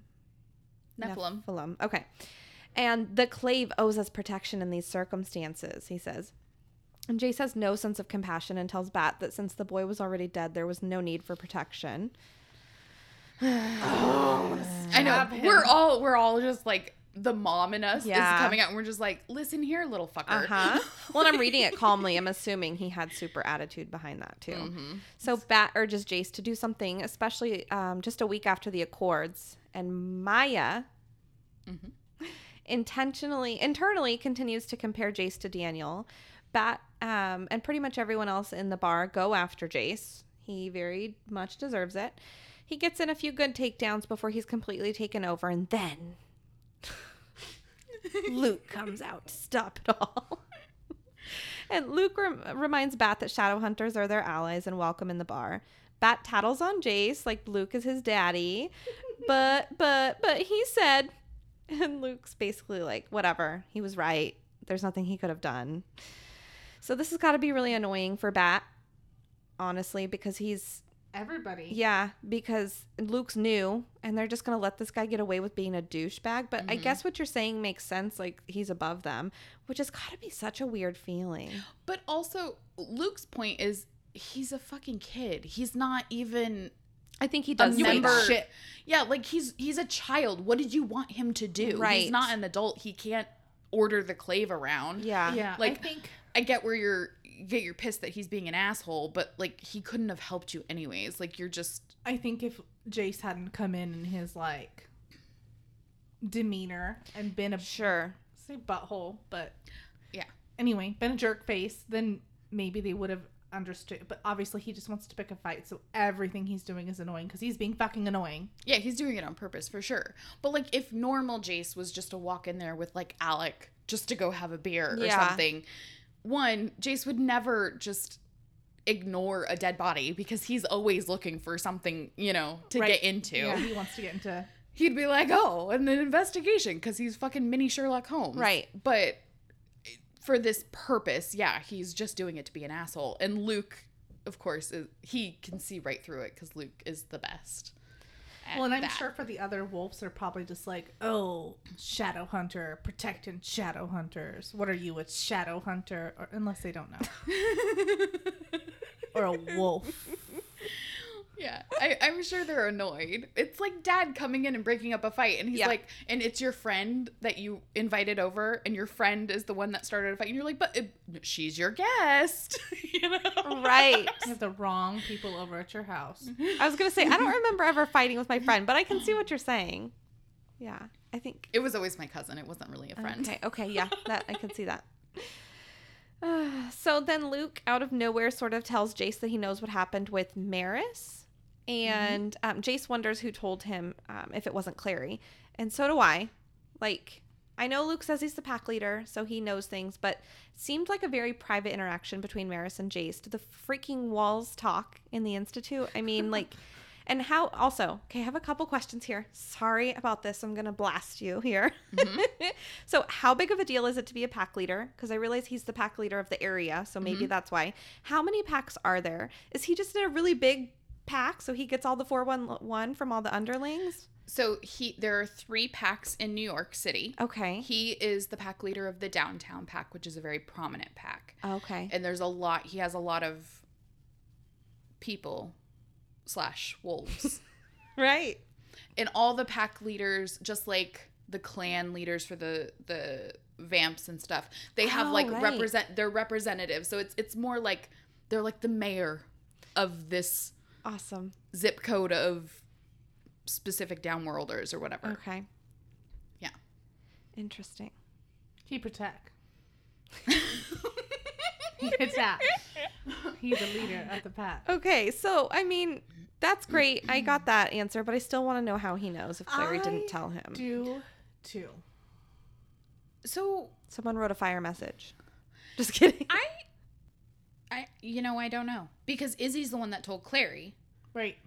S2: Nephilim.
S4: Nephilim. Okay. And the clave owes us protection in these circumstances, he says. And Jace has no sense of compassion and tells Bat that since the boy was already dead, there was no need for protection.
S2: I know.
S3: Stab him.
S2: We're all we're all just like the mom in us
S4: Yeah.
S2: is coming out and we're just like, listen here, little fucker. [LAUGHS]
S4: Uh-huh. [LAUGHS] well, and I'm reading it calmly. I'm assuming he had super attitude behind that too.
S2: Mm-hmm.
S4: So Bat urges Jace to do something, especially um, just a week after the Accords, and Maya intentionally, internally, continues to compare Jace to Daniel. Bat um, and pretty much everyone else in the bar go after Jace. He very much deserves it. He gets in a few good takedowns before he's completely taken over, and then Luke comes out to stop it all. And Luke rem- reminds Bat that shadow hunters are their allies and welcome in the bar. Bat tattles on Jace like Luke is his daddy, but but but he said, and Luke's basically like, whatever. He was right. There's nothing he could have done. So this has got to be really annoying for Bat, honestly, because he's
S3: Everybody.
S4: yeah, because Luke's new and they're just going to let this guy get away with being a douchebag. But I
S2: Mhm.
S4: guess what you're saying makes sense. Like he's above them, which has got to be such a weird feeling.
S2: But also, Luke's point is he's a fucking kid. He's not even
S4: I think he
S2: a
S4: does
S3: You ain't
S2: member.
S4: remember.
S2: Shit. Yeah, like he's he's a child. What did you want him to do?
S4: Right.
S2: He's not an adult. He can't order the clave around.
S4: Yeah.
S3: Yeah.
S2: Like-
S3: I think
S2: I get where you're you get your pissed that he's being an asshole, but like he couldn't have helped you anyways. Like you're just
S3: I think if Jace hadn't come in in his like demeanor and been a
S4: Sure.
S3: say butthole, but
S2: Yeah.
S3: Anyway, been a jerk face, then maybe they would have understood. But obviously, he just wants to pick a fight, so everything he's doing is annoying because he's being fucking annoying.
S2: yeah, he's doing it on purpose for sure. But like if normal Jace was just to walk in there with like Alec just to go have a beer or
S4: Yeah.
S2: something, one, Jace would never just ignore a dead body because he's always looking for something, you know, to
S3: Right.
S2: get into.
S3: Yeah, he wants to get into.
S2: he'd be like, "Oh, and an investigation," because he's fucking mini Sherlock Holmes,
S4: Right.
S2: But for this purpose, yeah, he's just doing it to be an asshole. And Luke, of course, is, he can see right through it because Luke is the best. at
S3: Well, and I'm
S2: that.
S3: sure for the other wolves, they're probably just like, "Oh, shadow hunter, protecting shadow hunters. What are you, a shadow hunter?" Or unless they don't know,
S2: [LAUGHS]
S3: or a wolf.
S2: Yeah, I, I'm sure they're annoyed. It's like dad coming in and breaking up a fight, and he's
S4: Yeah.
S2: like, and it's your friend that you invited over, and your friend is the one that started a fight, and you're like, but it, she's your guest, [LAUGHS] you know?
S4: [LAUGHS] Right.
S3: [LAUGHS] You have the wrong people over at your house.
S4: I was going to say, I don't remember ever fighting with my friend, but I can see what you're saying. Yeah. I think.
S2: It was always my cousin. It wasn't really a friend.
S4: Okay. Okay. Yeah. That I can see that. [SIGHS] Uh, so then Luke, out of nowhere, sort of tells Jace that he knows what happened with Maris. And um, Jace wonders who told him um, if it wasn't Clary. And so do I. Like, I know Luke says he's the pack leader, so he knows things, but it seemed like a very private interaction between Maris and Jace. Did the freaking walls talk in the Institute? I mean, like, and how also, okay, I have a couple questions here. Sorry about this. I'm going to blast you here. [LAUGHS] so, how big of a deal is it to be a pack leader? Because I realize he's the pack leader of the area, so maybe that's why. How many packs are there? Is he just in a really big pack so he gets all the 411 from all the underlings?
S2: So he there are three packs in New York City.
S4: Okay.
S2: He is the pack leader of the downtown pack, which is a very prominent pack.
S4: Okay.
S2: And there's a lot he has a lot of people slash
S4: [LAUGHS]
S2: wolves.
S4: Right.
S2: and all the pack leaders, just like the clan leaders for the the vamps and stuff, they have
S4: Oh,
S2: like
S4: right.
S2: represent their representatives. So it's it's more like they're like the mayor of this
S4: Awesome.
S2: zip code of specific downworlders or whatever.
S4: Okay.
S2: Yeah.
S4: Interesting.
S3: He protect.
S2: [LAUGHS]
S3: he attack. He's the leader of the pack.
S4: Okay, so I mean, that's great. I got that answer, but I still want to know how he knows if Clary
S3: I
S4: didn't tell him.
S3: Do too.
S2: So
S4: Someone wrote a fire message. Just [LAUGHS] kidding.
S2: I, I, you know, I don't know because Izzy's the one that told Clary.
S3: Right.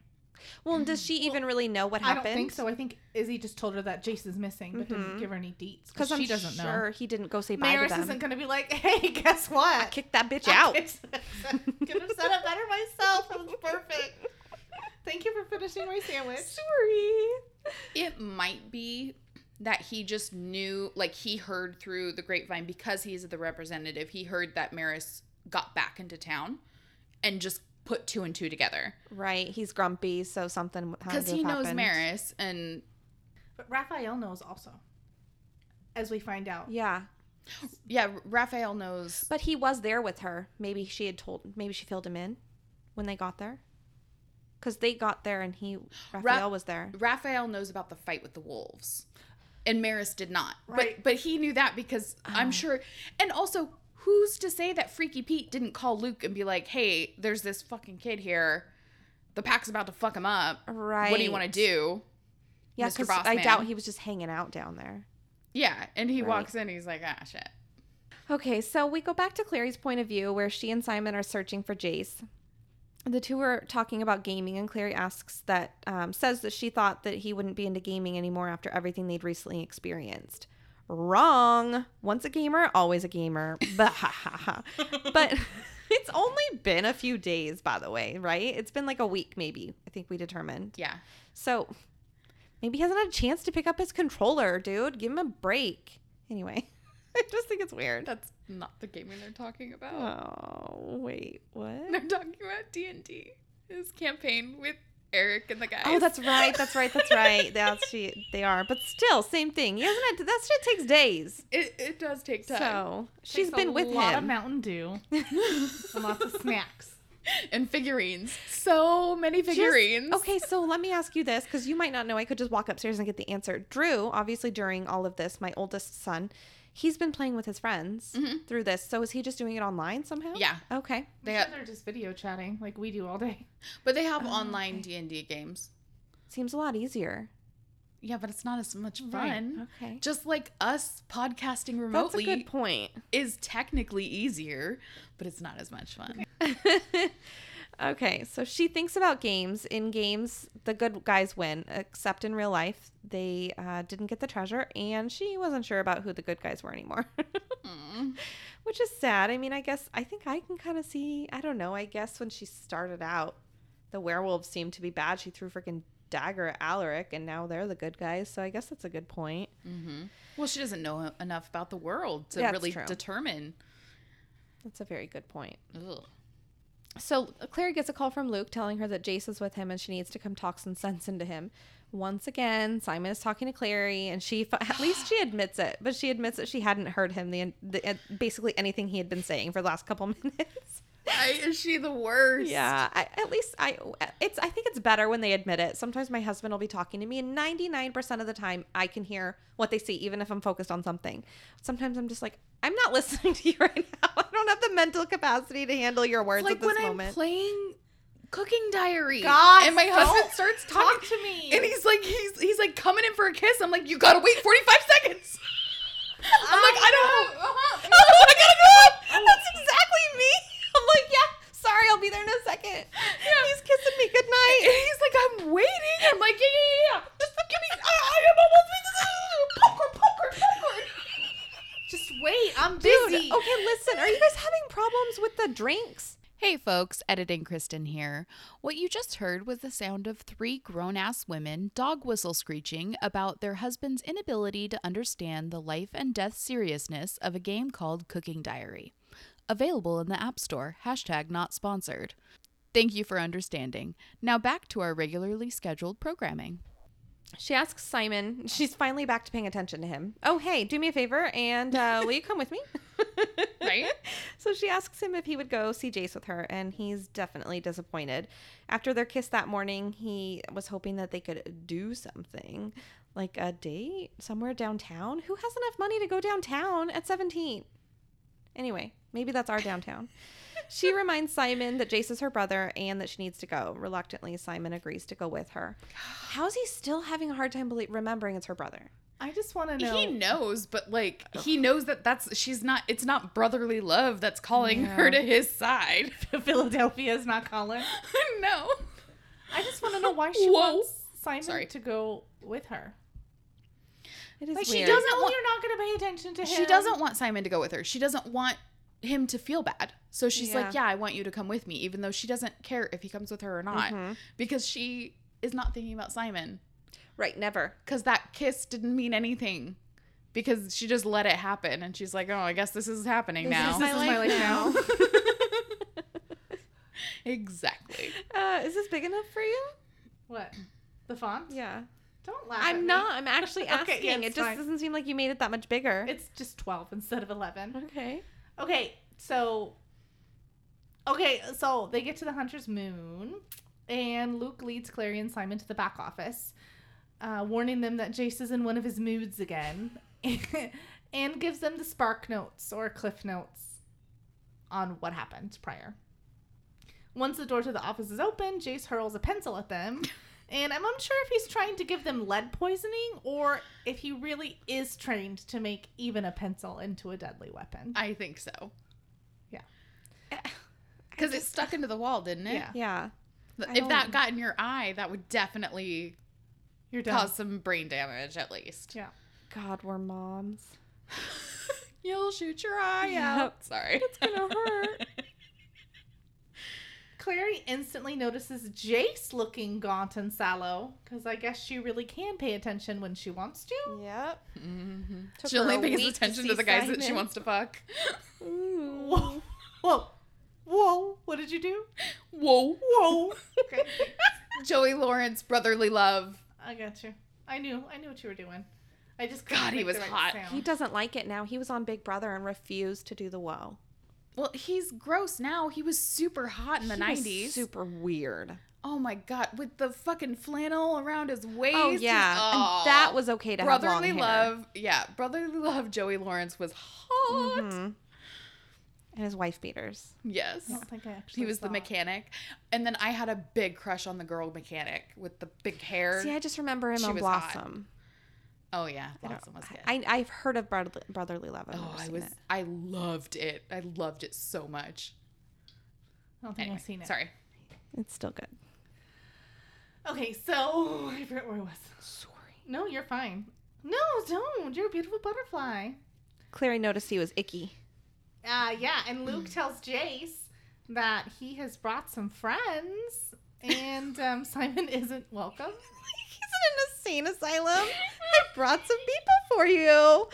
S4: well, and does she even really know what
S3: I
S4: happened?
S3: don't think so. I think Izzy just told her that Jace is missing, but didn't give her any deets because
S4: Because Mm-hmm. I'm
S3: she doesn't
S4: sure
S3: know.
S4: he didn't go say bye
S3: Maris
S4: to them.
S3: isn't going to be like, "Hey, guess what?
S4: Kick that
S3: [LAUGHS]
S4: bitch out.
S3: Could have said it better myself. It was perfect. Thank you for finishing my sandwich.
S4: Sorry.
S2: It might be that he just knew, like he heard through the grapevine because he's the representative. He heard that Maris got back into town, and just put two and two together
S4: Right, he's grumpy, so something had
S2: because
S4: to
S2: he
S4: have
S2: knows
S4: happened.
S2: Maris and
S3: But Raphael knows also, as we find out.
S4: Yeah,
S2: yeah, Raphael knows.
S4: but he was there with her. Maybe she had told. Maybe she filled him in when they got there, because they got there and he Raphael was there.
S2: Raphael knows about the fight with the wolves, and Maris did not.
S3: Right.
S2: But but he knew that because
S4: Oh.
S2: I'm sure. And also, who's to say that Freaky Pete didn't call Luke and be like, "Hey, there's this fucking kid here. The pack's about to fuck him up.
S4: Right.
S2: What do you want to do?"
S4: Yeah,
S2: Mr.
S4: I
S2: Bossman?
S4: doubt he was just hanging out down there.
S2: Yeah. And he
S4: Right.
S2: walks in. He's like, "Ah, shit."
S4: Okay, so we go back to Clary's point of view where she and Simon are searching for Jace. The two are talking about gaming, and Clary asks that, um, says that she thought that he wouldn't be into gaming anymore after everything they'd recently experienced. Wrong. Once a gamer, always a gamer. [LAUGHS] But, but [LAUGHS] it's only been a few days, by the way, right? It's been like a week, maybe, I think we determined.
S2: Yeah.
S4: So maybe he hasn't had a chance to pick up his controller, dude. Give him a break. Anyway, [LAUGHS] I just think it's weird.
S2: That's not the gaming they're talking about.
S4: Oh, wait,
S2: [LAUGHS] They're [LAUGHS]
S4: what?
S2: talking about D and D. His campaign with Eric and the guys.
S4: Oh, that's right. That's right. That's right. That's she. They are, but still, same thing. He hasn't. Had, that shit takes days.
S2: [LAUGHS] It, it does take time.
S4: So she's
S3: Takes
S4: been with
S3: a lot of
S4: him.
S3: Mountain Dew and lots of snacks.
S2: And figurines. So many
S4: Just-
S2: figurines.
S4: okay, so let me ask you this because you might not know. I could just walk upstairs and get the answer. Drew, obviously, during all of this, my oldest son, he's been playing with his friends
S2: Mhm.
S4: through this. So is he just doing it online somehow?
S2: Yeah.
S4: Okay.
S2: They
S3: They
S2: Oh, have-
S3: are just video chatting like we do all day.
S2: But they have
S4: Oh,
S2: online
S4: okay.
S2: D and D games.
S4: Seems a lot easier.
S2: Yeah, but it's not as much fun.
S3: Right.
S4: Okay.
S2: Just like us podcasting
S4: That's a
S2: remotely
S4: good point.
S2: is technically easier, but it's not as much fun.
S4: [LAUGHS] okay, so she thinks about games. In games, the good guys win, except in real life, they uh, didn't get the treasure, and she wasn't sure about who the good guys were anymore, [LAUGHS]
S2: Mm.
S4: which is sad. I mean, I guess I think I can kind of see, I don't know, I guess when she started out, the werewolves seemed to be bad. She threw freaking dagger at Alaric, and now they're the good guys, so I guess that's a good point.
S2: hmm Well, she doesn't know enough about the world to
S4: That's
S2: really
S4: true.
S2: determine.
S4: That's a very good point.
S2: Ugh.
S4: So Claire gets a call from Luke telling her that Jace is with him and she needs to come talk some sense into him. Once again, Simon is talking to Clary, and she fi- at least she admits it, but she admits that she hadn't heard him the, the basically anything he had been saying for the last couple [LAUGHS] minutes.
S2: Why is she the worst?
S4: Yeah, I, at least I it's I think it's better when they admit it. Sometimes my husband will be talking to me, and ninety nine percent of the time I can hear what they say, even if I'm focused on something. Sometimes I'm just like, I'm not [LAUGHS] listening to you right now. I don't have the mental capacity to handle your words
S2: It's like
S4: at this
S2: when
S4: moment.
S2: I'm playing Cooking Diary,
S4: God,
S2: and my husband
S4: don't
S2: starts
S3: Talk
S2: talking,
S3: to me.
S2: and he's like, he's he's like coming in for a kiss. I'm like, you gotta wait 45 seconds. [LAUGHS] I'm like, [LAUGHS] I don't. Have,
S4: oh, I gotta go. That's exactly me. [LAUGHS] I'm like, yeah, sorry, I'll be there in a second. He's kissing me goodnight.
S2: [LAUGHS] And he's like, I'm waiting. I'm like, yeah, yeah, yeah, yeah. Just give me. I, I am almost poker, poker, poker.
S3: Just wait. I'm
S4: Dude,
S3: busy.
S4: okay, listen, are you guys having problems with the drinks?
S1: Hey folks, editing Kristen here. What you just heard was the sound of three grown ass women dog whistle screeching about their husband's inability to understand the life and death seriousness of a game called Cooking Diary. Available in the App Store, hashtag not sponsored. Thank you for understanding. Now back to our regularly scheduled programming.
S4: She asks Simon. She's finally back to paying attention to him. Oh, hey, do me a favor and uh, will you come with me?
S2: Right?
S4: So she asks him if he would go see Jace with her, and he's definitely disappointed. After their kiss that morning, he was hoping that they could do something like a date somewhere downtown. Who has enough money to go downtown at 17? Anyway, maybe that's our downtown. [LAUGHS] she reminds Simon that Jace is her brother and that she needs to go. Reluctantly, Simon agrees to go with [SIGHS] her. How's he still having a hard time belie- remembering it's her brother?
S3: [LAUGHS] I just want to know.
S2: He knows, but like he knows that that's she's not. It's not brotherly love that's calling her to his side. [LAUGHS]
S3: Philadelphia is not calling.
S2: no.
S3: I just want to know why she
S2: Whoa.
S3: wants Simon
S2: Sorry.
S3: to go with her.
S4: It is
S3: Like she
S4: weird.
S3: doesn't.
S2: No,
S3: want- you're not going to pay attention to him.
S2: She doesn't want Simon to go with her. She doesn't want him to feel bad. So she's like,
S4: Yeah.
S2: "Yeah, I want you to come with me," even though she doesn't care if he comes with her or not,
S3: Mm-hmm.
S4: Mhm.
S2: because she is not thinking about Simon.
S4: Right, never.
S2: because that kiss didn't mean anything because she just let it happen and she's like oh i guess this is happening now
S3: my life now.
S2: [LAUGHS]
S4: [LAUGHS]
S2: exactly
S4: Uh, is this big enough for you?
S3: What? The font?
S4: Yeah.
S3: Don't laugh. at
S4: I'm
S3: me.
S4: not. I'm actually
S3: Okay, yeah,
S4: asking. it
S3: it's
S4: just
S3: fine.
S4: doesn't seem like you made it that much bigger.
S3: It's just 12 instead of 11.
S4: okay.
S3: Okay, so. Okay, so they get to the Hunter's Moon, and Luke leads Clary and Simon to the back office, uh, warning them that Jace is in one of his moods again, [LAUGHS] and gives them the spark notes or cliff notes on what happened prior. Once the door to the office is open, Jace hurls a pencil at them And I'm unsure if he's trying to give them lead poisoning or if he really is trained to make even a pencil into a deadly weapon.
S2: I think so. [SIGHS]
S3: Yeah.
S2: Because it stuck into the wall, didn't it?
S3: Yeah.
S4: Yeah. I
S2: If that
S4: don't-
S2: got in your eye, that would definitely
S3: You're
S2: cause some brain damage, at least.
S3: Yeah.
S4: God, we're moms.
S2: You'll shoot your eye out. Sorry. It's
S4: gonna
S2: [LAUGHS]
S4: hurt.
S3: Clary instantly notices Jace looking gaunt and sallow because I guess she really can pay attention when she wants to.
S4: Yep.
S2: hmm
S4: Took
S2: She
S4: her
S2: only
S4: a
S2: pays
S4: week
S2: attention to
S4: see
S2: the guys that she
S4: Simon.
S2: wants to fuck. [LAUGHS]
S3: [LAUGHS] Whoa. Whoa. Whoa. What did you do?
S2: Whoa.
S3: Whoa. Okay.
S2: [LAUGHS] Joey Lawrence, brotherly love.
S3: I got you. I knew. I knew what you were doing. I just
S2: God,
S3: couldn't
S2: he
S3: make
S2: was
S3: the right
S2: hot.
S3: sound.
S4: He doesn't like it now. He was on Big Brother and refused to do the whoa.
S2: Well, he's gross now. He was super hot in the
S4: He was
S2: 90s.
S4: Super weird.
S2: oh my God. With the fucking flannel around his waist.
S4: Oh yeah,
S2: Oh.
S4: and that was okay to have long
S2: brotherly
S4: hair.
S2: love. Yeah. Brotherly love, Joey Lawrence was hot.
S4: Mhm. And his wife beaters.
S2: Yes.
S3: I don't think I actually.
S2: He was the
S3: saw it.
S2: mechanic. And then I had a big crush on the girl mechanic with the big hair.
S4: See, I just remember him
S2: She
S4: on
S2: was hot.
S4: Blossom.
S2: oh, yeah.
S4: I don't-
S2: Blossom was good.
S4: I, I've heard of brotherly, brotherly love. I've
S2: oh,
S4: never
S2: I
S4: seen
S2: was.
S4: it.
S2: I loved it. I loved it so much.
S3: I don't think
S2: Anyway,
S3: I've seen it.
S2: sorry.
S4: It's still good.
S3: Okay, so [LAUGHS] I forget where I was.
S4: Sorry.
S3: No, you're fine. No, don't. You're a beautiful butterfly.
S4: Clary noticed he was icky.
S3: Uh, yeah, and
S4: [CLEARS THROAT]
S3: Luke tells Jace that he has brought some friends, and
S4: [LAUGHS]
S3: um, Simon isn't welcome.
S4: He's in
S3: [LAUGHS]
S4: an insane asylum. [LAUGHS] I brought some people for you.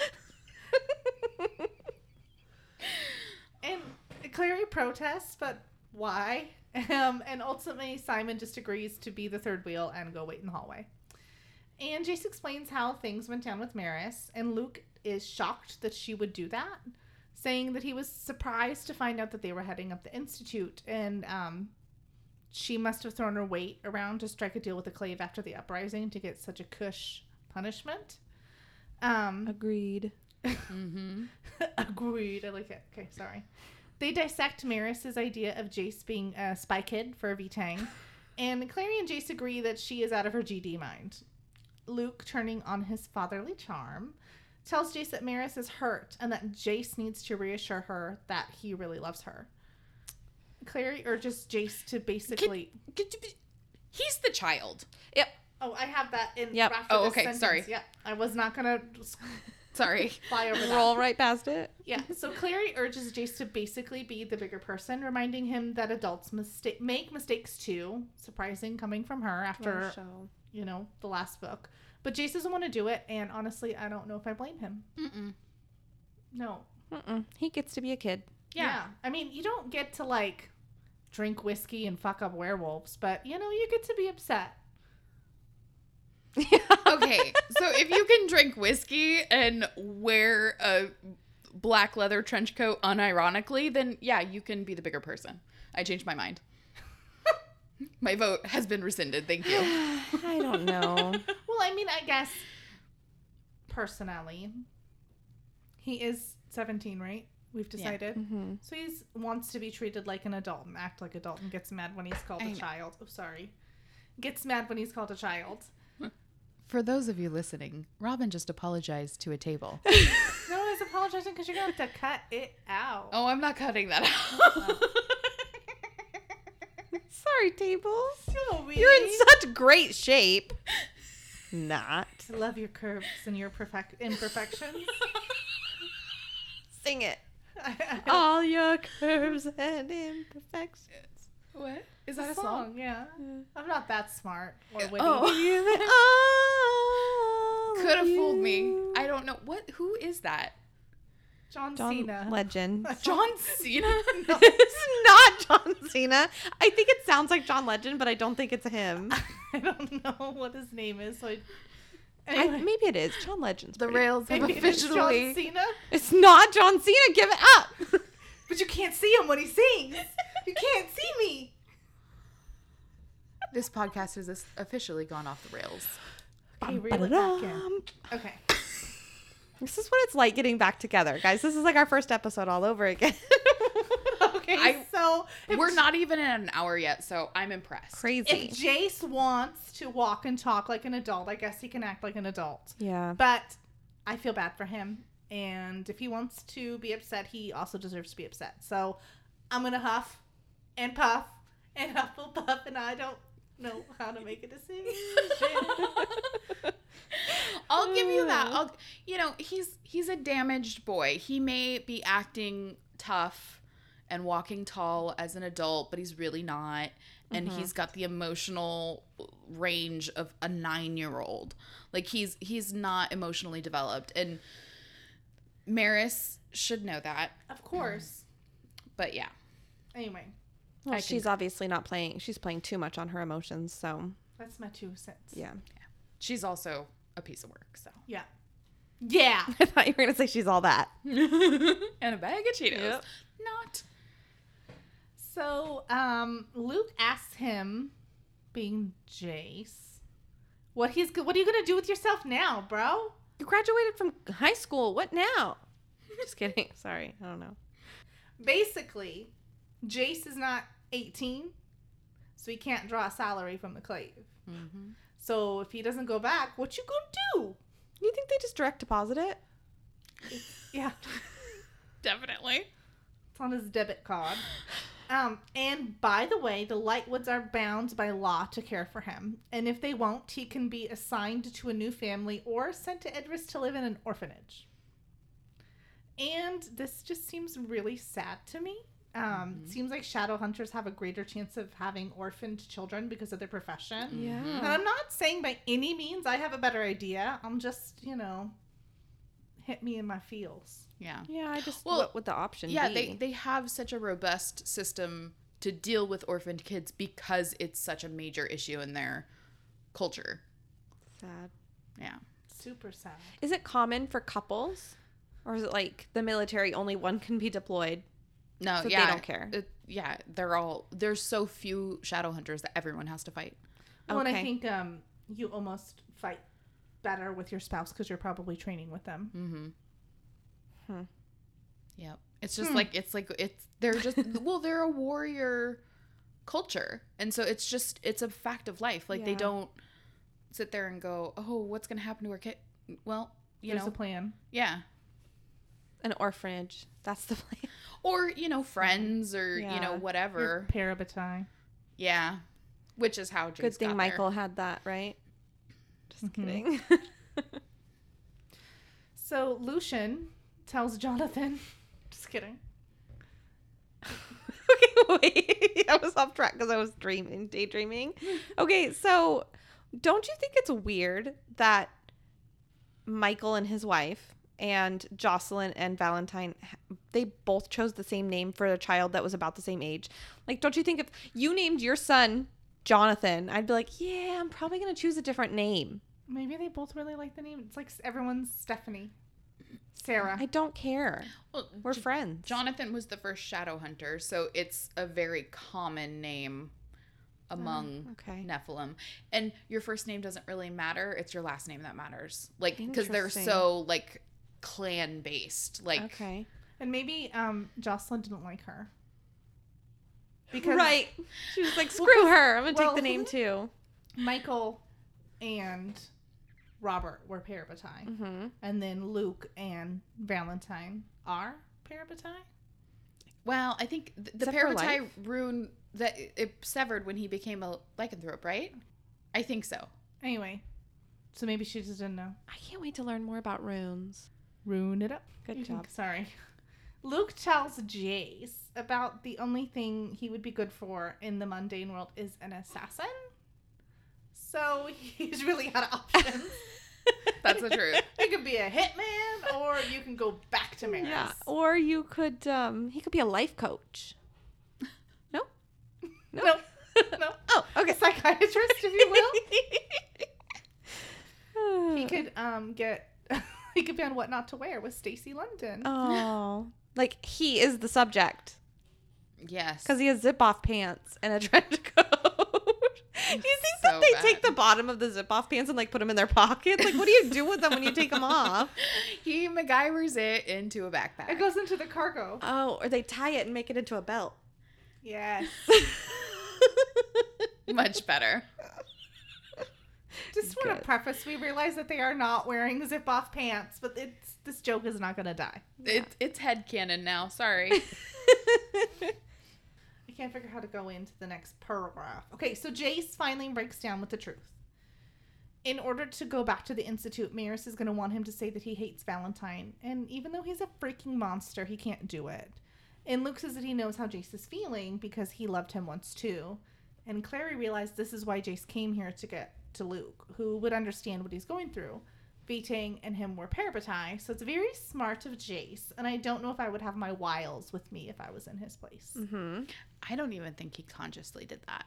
S3: And Clary protests, but why? Um, and ultimately, Simon just agrees to be the third wheel and go wait in the hallway. And Jace explains how things went down with Maris, and Luke is shocked that she would do that, saying that he was surprised to find out that they were heading up the Institute, and um, she must have thrown her weight around to strike a deal with the Clave after the uprising to get such a cush punishment. Um,
S4: Agreed.
S2: Mm-hmm.
S3: [LAUGHS] Agreed. I like it. Okay, sorry. They dissect Maris's idea of Jace being a spy kid for
S2: [LAUGHS]
S3: V Tang, and Clary and Jace agree that she is out of her GD mind. Luke, turning on his fatherly charm, tells Jace that Maris is hurt and that Jace needs to reassure her that he really loves her. Clary urges Jace to basically.
S2: He's the child.
S3: Oh, I have that in.
S4: Yep.
S3: after
S2: Oh,
S3: this
S2: okay,
S3: sentence.
S2: sorry.
S3: Yeah, I was not gonna
S2: Sorry.
S3: fly over that.
S4: Roll right past it.
S3: Yeah, so Clary urges Jace to basically be the bigger person, reminding him that adults mistake make mistakes too. Surprising coming from her after,
S4: show.
S3: you know, the last book. But Jace doesn't want to do it, and honestly, I don't know if I blame him.
S2: [LAUGHS] Mm-mm.
S3: No.
S4: Mm-mm. He gets to be a [LAUGHS] kid.
S2: Yeah.
S3: I mean, you don't get to like drink whiskey and fuck up werewolves, but you know, you get to be upset.
S2: Okay. so if you can drink whiskey and wear a black leather trench coat unironically, then yeah, you can be the bigger person. I changed my mind. my vote has been rescinded. Thank you.
S4: [GASPS] I don't know.
S3: Well, I mean, I guess personally, he is 17, right? We've decided.
S4: hmm
S3: So he wants to be treated like an adult and act like adult and gets mad when he's called
S2: I
S3: a
S2: know.
S3: child. Oh, sorry. Gets mad when he's called a child.
S1: For those of you listening, Robin just apologized to a table.
S3: No, I was apologizing because you're going to have to cut it out.
S2: [LAUGHS] Oh, I'm not cutting that out. [LAUGHS]
S4: Sorry, tables.
S3: no,
S4: You're in such great shape. Not.
S3: I love your curves and your perfect imperfections.
S2: [LAUGHS]
S3: [LAUGHS]
S4: Sing it.
S3: I-
S2: Oh,
S3: I-
S4: All your curves and imperfections.
S2: what? Is
S3: It's
S2: that a song? Oh.
S3: Yeah. I'm not that smart or witty.
S4: Oh. [LAUGHS]
S2: Could have fooled me. I don't know. What who is that?
S3: John,
S4: John
S3: Cena. [LAUGHS]
S4: [LAUGHS] Legend.
S2: John Cena?
S1: [LAUGHS]
S4: it's not John Cena. I think it sounds like John Legend, but I don't think it's him.
S3: I don't know what his name is. So I...
S4: I,
S3: Anyway,
S4: maybe it is. John Legend's
S2: the
S4: pretty-
S2: rails [LAUGHS] have
S3: maybe it is John
S2: officially
S3: Cena.
S4: It's not John Cena. Give it up.
S3: But you can't see him when he sings. You can't see me.
S1: this podcast has officially gone off the rails.
S3: Okay, reel it back in.
S4: Ba-da-dum. [LAUGHS]
S3: Okay.
S4: This is what it's like getting back together, guys. This is like our first episode all over again.
S3: Okay,
S2: I-
S3: so if
S2: We're not even at an hour yet, so I'm impressed.
S4: [LAUGHS] Crazy.
S3: If Jace wants to walk and talk like an adult, I guess he can act like an adult.
S4: yeah.
S3: But I feel bad for him. And if he wants to be upset, he also deserves to be upset. So I'm going to huff and puff and [LAUGHS] huff and puff. And I don't know how to make a decision.
S4: [LAUGHS]
S2: I'll give you that. I'll, you know, he's he's a damaged boy. He may be acting tough and walking tall as an adult, but he's really not. And he's got the emotional range of a nine-year-old. Like he's he's not emotionally developed, and Maris should know that.
S3: of course.
S2: But yeah,
S3: Anyway,
S4: Well,
S2: I can-
S4: she's obviously not playing. She's playing too much on her emotions. So
S3: that's my two cents.
S4: yeah.
S2: she's also a piece of work. So
S3: Yeah. Yeah.
S4: [LAUGHS] I thought you were gonna say she's all that.
S2: and a bag of Cheetos.
S4: Yep.
S2: Not
S3: So um, Luke asks him, being Jace, what he's go- what are you going to do with yourself now, bro?
S4: You graduated from high school. What now? [LAUGHS] Just kidding. Sorry. I don't know.
S3: basically, Jace is not 18, so he can't draw a salary from the clave. So if he doesn't go back, what you gonna do?
S4: You think they just direct deposit it?
S3: [LAUGHS] Yeah,
S2: definitely.
S3: it's on his debit card. Um, and by the way, the Lightwoods are bound by law to care for him, and if they won't, he can be assigned to a new family or sent to Edris to live in an orphanage. And this just seems really sad to me. Um, it Seems like shadow hunters have a greater chance of having orphaned children because of their profession.
S4: Mm-hmm.
S3: And
S4: Yeah.
S3: I'm not saying by any means I have a better idea. I'm just, you know, hit me in my feels.
S2: Yeah.
S4: Yeah. I just
S2: Well,
S4: what would the option
S2: yeah
S4: be?
S2: they, they have such a robust system to deal with orphaned kids because it's such a major issue in their culture
S4: Sad.
S2: yeah
S3: Super sad.
S4: Is it common for couples, or is it like the military only one can be deployed?
S2: no
S4: So they
S2: yeah
S4: don't care.
S2: it- yeah they're all there's so few shadow hunters that everyone has to fight
S3: Well, and I
S4: Okay.
S3: think um, you almost fight better with your spouse because you're probably training with them.
S4: Mm,
S2: mm-hmm
S4: Hmm.
S2: yep it's just like it's like it's they're
S4: [LAUGHS]
S2: just well they're a warrior culture and so it's just it's a fact of life like they
S4: Yeah.
S2: don't sit there and go oh what's gonna happen to our kid well you
S3: There's
S2: know
S3: a plan.
S2: yeah
S4: An orphanage.
S2: [LAUGHS]
S4: That's the plan.
S2: or you know friends or you know
S4: Yeah.
S2: whatever
S3: Your parabatai.
S2: yeah which is how Jace
S4: Good thing
S2: got
S4: Michael had that, right? Just kidding.
S3: So Lucian tells Jonathan. [LAUGHS] Just kidding.
S4: [LAUGHS] okay, wait. [LAUGHS] I was off track because I was dreaming, daydreaming. Okay, so don't you think it's weird that Michael and his wife and Jocelyn and Valentine they both chose the same name for a child that was about the same age? Like, don't you think if you named your son Jonathan, I'd be like, yeah, I'm probably gonna choose a different name.
S3: Maybe they both really like the name. It's like everyone's Stephanie, Sarah.
S4: I don't care.
S2: Well,
S4: We're
S2: J-
S4: friends.
S2: jonathan was the first shadow hunter so it's a very common name among
S4: Oh, okay.
S2: nephilim and your first name doesn't really matter it's your last name that matters like because they're
S4: Interesting.
S2: so like clan based like
S4: Okay.
S3: and maybe um, Jocelyn didn't like her. Because
S4: right. She was like, [LAUGHS] screw her. I'm gonna
S3: well-
S4: take the name too.
S3: Michael and Robert were parabatai,
S4: Mm-hmm.
S3: and then Luke and Valentine are parabatai.
S2: well i think th- the
S4: Except for
S2: parabatai
S4: life?
S2: rune that it- it severed when he became a lycanthrope right i think so
S3: Anyway, so maybe she just didn't know.
S4: I can't wait to learn more about runes.
S3: Ruin it up.
S4: Good
S3: You can-
S4: [LAUGHS] job.
S3: [LAUGHS] sorry. Luke tells Jace about the only thing he would be good for in the mundane world is an assassin. So [LAUGHS] he's really out of
S4: [LAUGHS]
S3: options.
S2: that's the truth
S3: you could be a hitman, or you can go back to Maris.
S4: Yeah. Or you could um he could be a life coach. No? No.
S3: No, no.
S4: [LAUGHS] Oh,
S3: A
S4: okay.
S3: psychiatrist, if you will.
S4: [SIGHS] [LAUGHS]
S3: He could um get [LAUGHS] he could be on what not to wear with Stacy London.
S4: Oh. Like he is the subject.
S2: yes
S4: [LAUGHS] Because he has zip off pants and a trench coat. [LAUGHS] you think
S2: so
S4: they
S2: bad.
S4: take the bottom of the zip off pants and like put them in their pockets. Like, what do you do with them when you [LAUGHS] take them off?
S2: [LAUGHS] He MacGyver's it into a backpack.
S3: It goes into the cargo.
S4: Oh, or they tie it and make it into a belt.
S3: Yes.
S2: [LAUGHS] Much better.
S3: Just want
S4: Good.
S3: to preface, we realize that they are not wearing zip off pants, but it's this joke is not gonna die.
S2: It's it's headcanon now.
S3: [LAUGHS]
S2: Sorry.
S3: I can't figure how to go into the next paragraph. Okay, so Jace finally breaks down with the truth. In order to go back to the Institute, Maris is going to want him to say that he hates Valentine, and even though he's a freaking monster, he can't do it. And Luke says that he knows how Jace is feeling because he loved him once too. And Clary realized this is why Jace came here to get to Luke, who would understand what he's going through. Vitang and him were parabatai, so it's very smart of Jace, and I don't know if I would have my wiles with me if I was in his place.
S4: [LAUGHS] mm-hmm.
S2: I don't even think he consciously did that.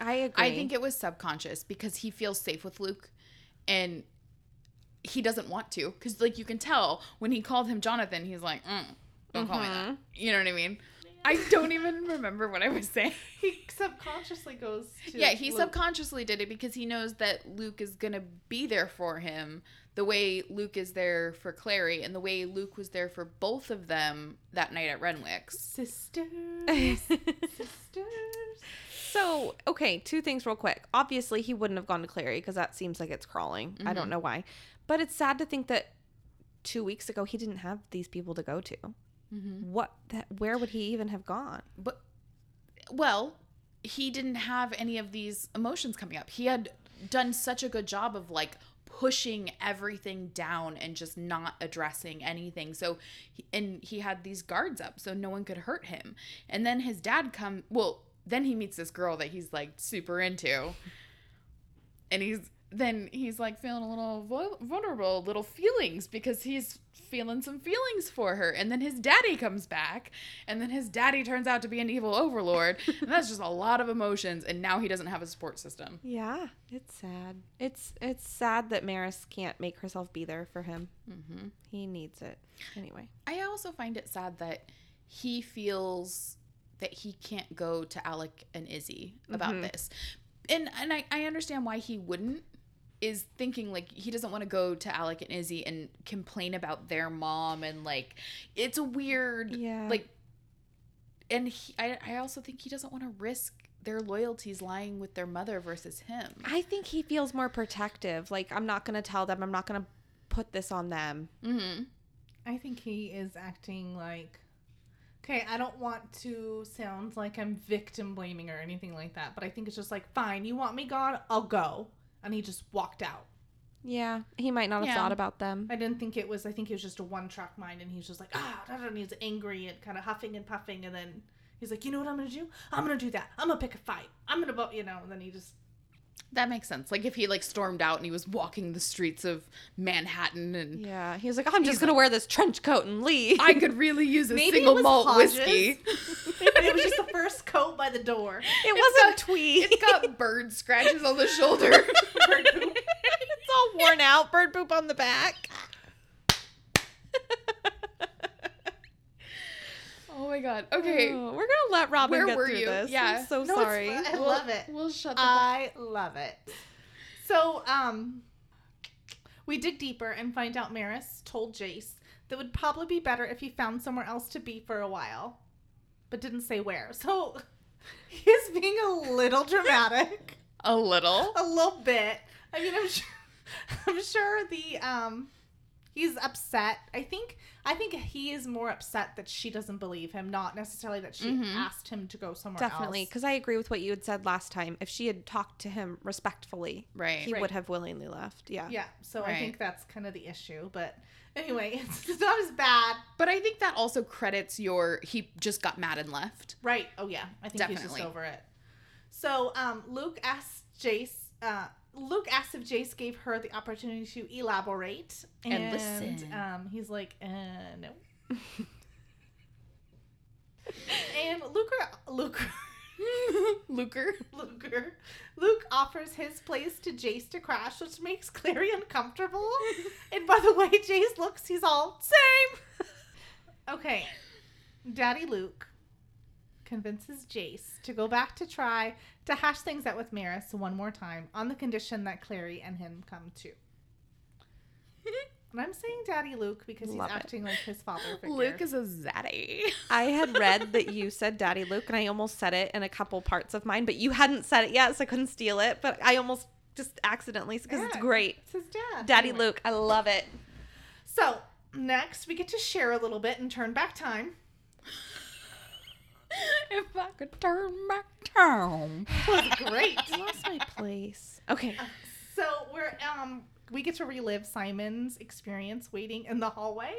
S4: I agree.
S2: I think it was subconscious because he feels safe with Luke and he doesn't want to because like you can tell when he called him Jonathan he's like mm, don't call me that
S3: Mm-hmm.
S4: Mhm.
S2: you know what I mean I don't even remember what I was saying
S3: he subconsciously goes to
S2: yeah he
S3: Luke.
S2: subconsciously did it because he knows that Luke is gonna be there for him the way Luke is there for Clary and the way Luke was there for both of them that night at Renwick's
S3: sisters
S2: [LAUGHS]
S4: [LAUGHS]
S3: sisters
S4: so, okay, two things real quick. Obviously, he wouldn't have gone to Clary because that seems like it's crawling. I don't know why. But it's sad to think that two weeks ago he didn't have these people to go to.
S3: Mm-hmm.
S4: What? That, where would he even have gone?
S2: but well he didn't have any of these emotions coming up he had done such a good job of like pushing everything down and just not addressing anything so he, and he had these guards up so no one could hurt him and then his dad come well then he meets this girl that he's like super into and he's then he's like feeling a little vul- vulnerable little feelings because he's feeling some feelings for her and then his daddy comes back and then his daddy turns out to be an evil overlord and that's just a lot of emotions and now he doesn't have a support system
S4: Yeah, it's sad. It's it's sad that Maris can't make herself be there for him.
S2: mm-hmm.
S4: He needs it anyway.
S2: i also find it sad that he feels that he can't go to alec and izzy about
S4: Mhm.
S2: this and and I, I understand why he wouldn't is thinking like he doesn't want to go to alec and izzy and complain about their mom and like it's a weird
S4: Yeah,
S2: like and he, I, I also think he doesn't want to risk their loyalties lying with their mother versus him
S4: I think he feels more protective. Like I'm not gonna tell them. I'm not gonna put this on them.
S2: mm-hmm.
S3: i think he is acting like okay i don't want to sound like i'm victim blaming or anything like that but i think it's just like fine you want me gone i'll go and he just walked out
S4: Yeah, he might not have
S2: Yeah.
S4: thought about them.
S3: i didn't think it was i think it was just a one-track mind and he's just like ah i don't know he's angry and kind of huffing and puffing and then he's like you know what i'm gonna do i'm gonna do that i'm gonna pick a fight i'm gonna vote you know and then he just [LAUGHS]
S2: that makes sense like if he like stormed out and he was walking the streets of manhattan and
S4: Yeah, he was like, I'm just gonna wear this trench coat and leave.
S2: i could really use a
S3: Maybe it
S2: single
S3: was
S2: malt
S3: Hodges.
S2: whiskey
S3: it was just the first coat by the door
S4: it wasn't twee.
S2: it's got bird scratches on the shoulder
S4: it's all worn out. Bird poop on the back.
S2: oh my god okay
S4: Oh, we're gonna let Robin
S2: Where
S4: get
S2: were
S4: through
S2: you?
S4: this.
S2: Yeah.
S4: I'm so
S3: No, it's
S4: sorry.
S3: fine. I
S2: We'll-
S3: love it. Uh,
S2: we'll shut the
S3: I love it. So, um, we dig deeper and find out Maris told Jace that would probably be better if he found somewhere else to be for a while, but didn't say where. So, he's being a little dramatic,
S2: a little
S3: a little bit. I mean, I'm sure, I'm sure the um, he's upset. I think I think he is more upset that she doesn't believe him, not necessarily that she
S2: Mhm.
S3: asked him to go somewhere
S4: Definitely,
S3: else.
S4: because I agree with what you had said last time. If she had talked to him respectfully,
S2: right
S4: he
S3: Right.
S4: would have willingly left. Yeah.
S3: Yeah, so
S2: Right.
S3: I think that's kind of the issue. But anyway, [LAUGHS] it's, it's not as bad.
S2: but i think that also credits your he just got mad and left
S3: Right. Oh, yeah. I think he's
S2: Definitely.
S3: just over it. So um, Luke asks Jace, uh, Luke asks if Jace gave her the opportunity to elaborate.
S2: And listen.
S3: Um, he's like, uh, no. [LAUGHS] and Luke, Luke,
S2: luker
S3: Luker, Luke offers his place to Jace to crash, which makes Clary
S4: [LAUGHS]
S3: uncomfortable. and by the way, Jace looks, he's all same. Okay, Daddy Luke convinces Jace to go back to try to hash things out with Maris one more time on the condition that Clary and him come too. and I'm saying Daddy Luke because he's
S4: Love it.
S3: acting like his father figure.
S2: Luke is a zaddy.
S4: I had read that you said Daddy Luke, and I almost said it in a couple parts of mine, but you hadn't said it yet, so I couldn't steal it. But I almost just accidentally, because it's
S3: Yeah.
S4: great.
S3: It's his dad.
S4: Daddy
S3: Anyway.
S4: Luke, I love it.
S3: So next we get to share a little bit and turn back time.
S2: if I could turn back time.
S3: Great.
S4: Lost my place. Okay.
S3: [LAUGHS] so we're um we get to relive Simon's experience waiting in the hallway.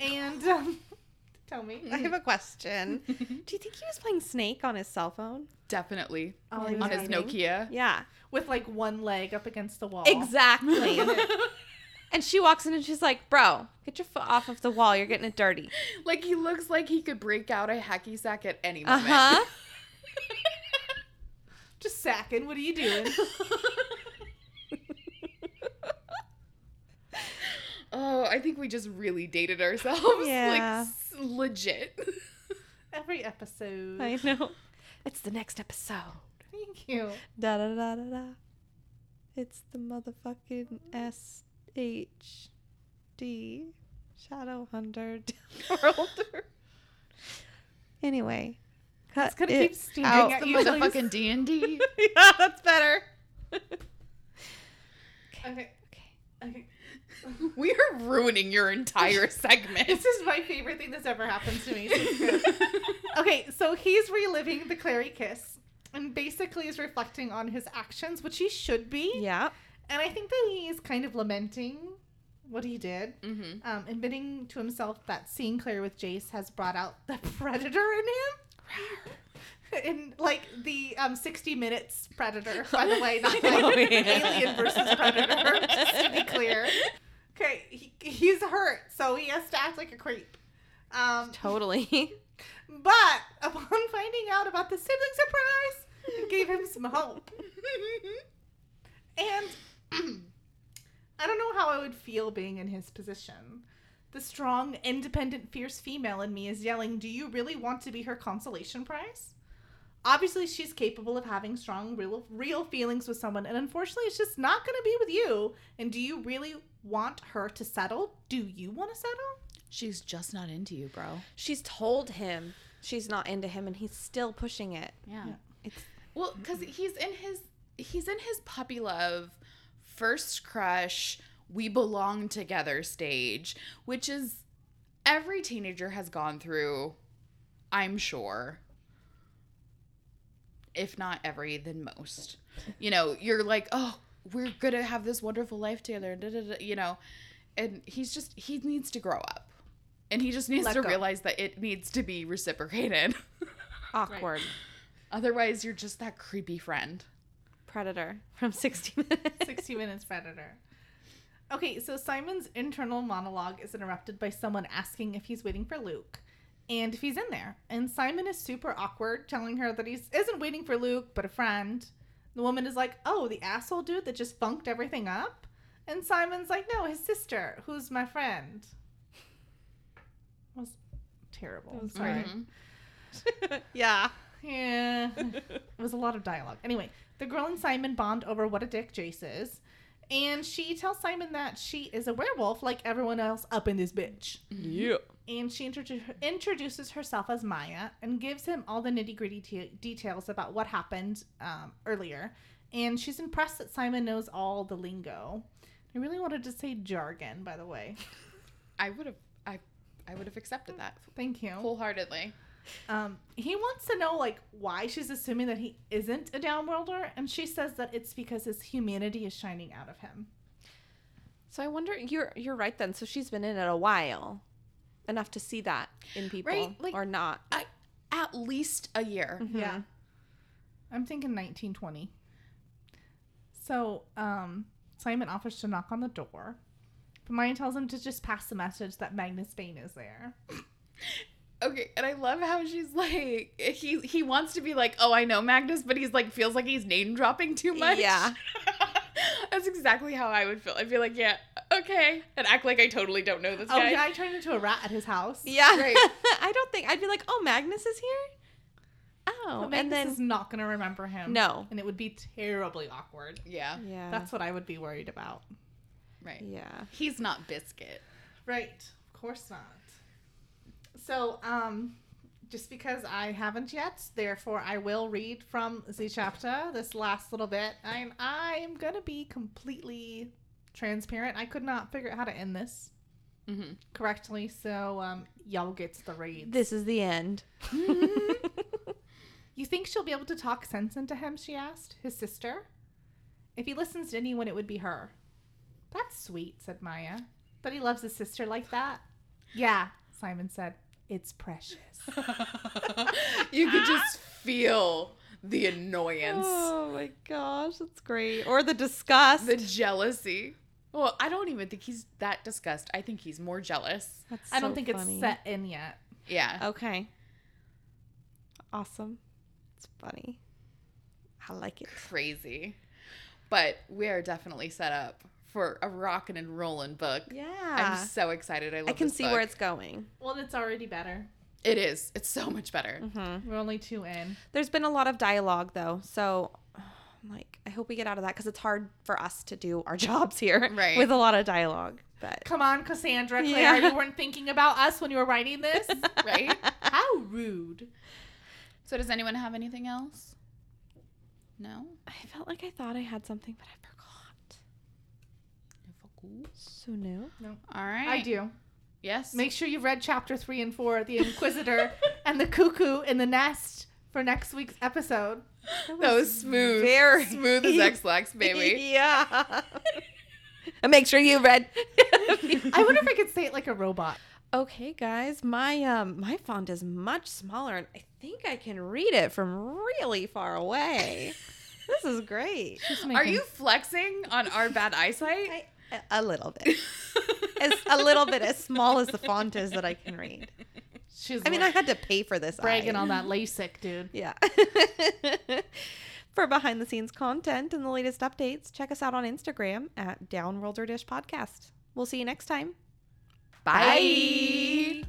S3: And um, [LAUGHS] tell me.
S4: I have a [LAUGHS] question. Do you think he was playing Snake on his cell phone?
S2: Definitely.
S3: Oh,
S4: he was
S2: On his
S4: hiding?
S2: Nokia.
S4: Yeah.
S3: With like one leg up against the wall.
S4: Exactly. and she walks in and she's like, Bro, get your foot off of the wall. You're getting it dirty.
S2: Like he looks like he could break out a hacky sack at any
S4: Uh
S2: moment.
S4: huh.
S3: Just sacking. What are you doing?
S2: Oh, I think we just really dated ourselves. [LAUGHS]
S4: Yeah.
S2: Like s- legit.
S3: Every episode.
S4: [LAUGHS] I know. It's the next episode.
S3: Thank you.
S4: Da da da da da. It's the motherfucking S H D Shadow Hunter [LAUGHS] Worlder. Anyway, cut
S3: It's gonna
S4: it
S3: keep steaming
S4: out.
S3: at
S2: the [LAUGHS]
S3: you.
S2: motherfucking D and D.
S4: [LAUGHS] yeah, that's better.
S3: Okay.
S4: Okay.
S3: Okay.
S2: We are ruining your entire segment. [LAUGHS]
S3: This is my favorite thing that's ever happened to me. This is good.
S2: Mm-hmm.
S3: okay, so he's reliving the Clary kiss and basically is reflecting on his actions, which he should be.
S4: [LAUGHS] Yeah.
S3: And I think that he is kind of lamenting what he did,
S2: mm-hmm.
S3: um, admitting to himself that seeing Claire with Jace has brought out the predator in him. [LAUGHS] In like the um, 60 Minutes Predator, by the way,
S4: [LAUGHS]
S3: not like
S4: Oh, yeah.
S3: Alien versus Predator, [LAUGHS] just to be clear. Okay, he, he's hurt, so he has to act like a creep. Um,
S4: Totally.
S3: but upon [LAUGHS] finding out about the sibling surprise, it gave him some hope. And [CLEARS THROAT] I don't know how I would feel being in his position. The strong, independent, fierce female in me is yelling, Do you really want to be her consolation prize? Obviously, she's capable of having strong, real, real feelings with someone, and unfortunately, it's just not going to be with you. And do you really want her to settle? Do you want to settle?
S2: She's just not into you, bro.
S4: She's told him she's not into him, and he's still pushing it.
S2: Yeah.
S4: It's-
S2: well, because he's in his he's in his puppy love, first crush, we belong together stage, which is every teenager has gone through, I'm sure. If not every, then most. You know, you're like, oh, we're gonna have this wonderful life together, da, da, da, you know, and he's just he needs to grow up. And he just needs
S3: Let
S2: to
S3: go.
S2: realize that it needs to be reciprocated. [LAUGHS]
S4: Awkward.
S2: Otherwise, you're just that creepy friend.
S4: Predator from 60 [LAUGHS] Minutes.
S3: 60 Minutes Predator. Okay, so Simon's internal monologue is interrupted by someone asking if he's waiting for Luke and if he's in there. And Simon is super awkward, telling her that he isn't waiting for Luke, but a friend. The woman is like, Oh, the asshole dude that just funked everything up? And Simon's like, No, his sister, who's my friend. was terrible.
S4: That was
S3: Sorry.
S4: Right. Mm-hmm.
S2: Mhm.
S4: yeah.
S3: Yeah. it was a lot of dialogue. Anyway, the girl and Simon bond over what a dick Jace is. And she tells Simon that she is a werewolf like everyone else up in this bitch.
S4: Yeah.
S3: And she introdu- introduces herself as Maya and gives him all the nitty gritty te- details about what happened um, earlier. And she's impressed that Simon knows all the lingo. I really wanted to say jargon, by the way.
S2: I would have, I, I would have accepted that
S3: Thank
S4: Oh.
S3: you.
S2: wholeheartedly.
S3: Um, he wants to know like why she's assuming that he isn't a downworlder, and she says that it's because his humanity is shining out of him.
S4: So I wonder you're you're right then. So she's been in it a while. Enough to see that in people
S2: Right, like-
S4: or not.
S2: I, at least a year.
S4: Mm-hmm. Hmm.
S3: Yeah, I'm thinking 1920. So um, Simon offers to knock on the door, but Maya tells him to just pass the message that Magnus Bane is there.
S2: Okay, and I love how she's like, he he wants to be like, oh, I know Magnus, but he's like [LAUGHS] feels like he's name dropping too much.
S4: Yeah.
S2: that's exactly how I would feel. I'd be like, yeah, okay, and act like I totally don't know this
S3: Oh,
S2: guy.
S3: yeah, I turned into a rat at his house.
S4: [LAUGHS] Yeah.
S2: Right.
S4: I don't think I'd be like, oh, Magnus is here. Oh,
S3: But Magnus
S4: and then
S3: is not going to remember him.
S4: no.
S3: And it would be terribly awkward.
S2: yeah,
S4: Yeah.
S3: That's what I would be worried about.
S2: right.
S4: yeah.
S2: He's not biscuit.
S3: Right. Of course not. So, um, just because I haven't yet, therefore I will read from the chapter this last little bit. And I am going to be completely transparent. I could not figure out how to end this
S2: Mm-hmm.
S3: correctly, so um, y'all gets the read.
S4: This is the end.
S3: You think she'll be able to talk sense into him? She asked. His sister? If he listens to anyone, it would be her. That's sweet, said Maya. But he loves his sister like that? Yeah, Simon said. It's
S4: [LAUGHS]
S3: precious.
S2: you could just feel the annoyance,
S4: oh my gosh, that's great. Or the disgust.
S2: the jealousy. Well, I don't even think he's that disgusted. I think he's more jealous.
S4: That's
S3: I don't
S4: so
S3: think
S4: funny.
S3: it's set in yet.
S2: Yeah.
S4: Okay. Awesome. It's funny. I like it.
S2: Crazy. But we are definitely set up for a rockin' and rollin' book.
S4: Yeah.
S2: I'm so excited. I love
S4: I can
S2: this
S4: see where
S2: book.
S4: it's going.
S3: Well, it's already better.
S2: It is. It's so much better.
S4: [LAUGHS]
S3: We're only two in.
S4: There's been a lot of dialogue though, so [SIGHS] like I hope we get out of that because it's hard for us to do our [LAUGHS] jobs here
S2: Right.
S4: with a lot of dialogue. But
S3: Come on, Cassandra. Claire,
S4: Yeah.
S3: you weren't thinking about us when you were writing
S4: [LAUGHS]
S3: this?
S2: Right?
S3: How rude.
S2: so, does anyone have anything else? No?
S4: I felt like I thought I had something, but I forgot. So no.
S2: All right.
S3: I do.
S2: Yes.
S3: Make sure you've read chapter three and four, The
S4: [LAUGHS]
S3: Inquisitor and the Cuckoo in the Nest, for next week's episode.
S2: that was smooth. [LAUGHS]
S4: very-
S2: smooth as
S4: [LAUGHS]
S2: X-Lax, baby.
S4: yeah. and [LAUGHS] make sure you [LAUGHS] read.
S3: I wonder if I could say it like a robot.
S4: okay, guys, my um my font is much smaller, and I think I can read it from really far away. this is great.
S2: Are you flexing on our bad eyesight?
S4: [LAUGHS] I, a little bit. as a little bit as small as the font is that I can read.
S3: She's
S4: I mean, I had to pay for this.
S3: bragging
S4: eye.
S3: on that LASIK, dude.
S4: Yeah. [LAUGHS] for behind the scenes content and the latest updates, check us out on Instagram at Downworlder Dish Podcast. We'll see you next time.
S2: Bye.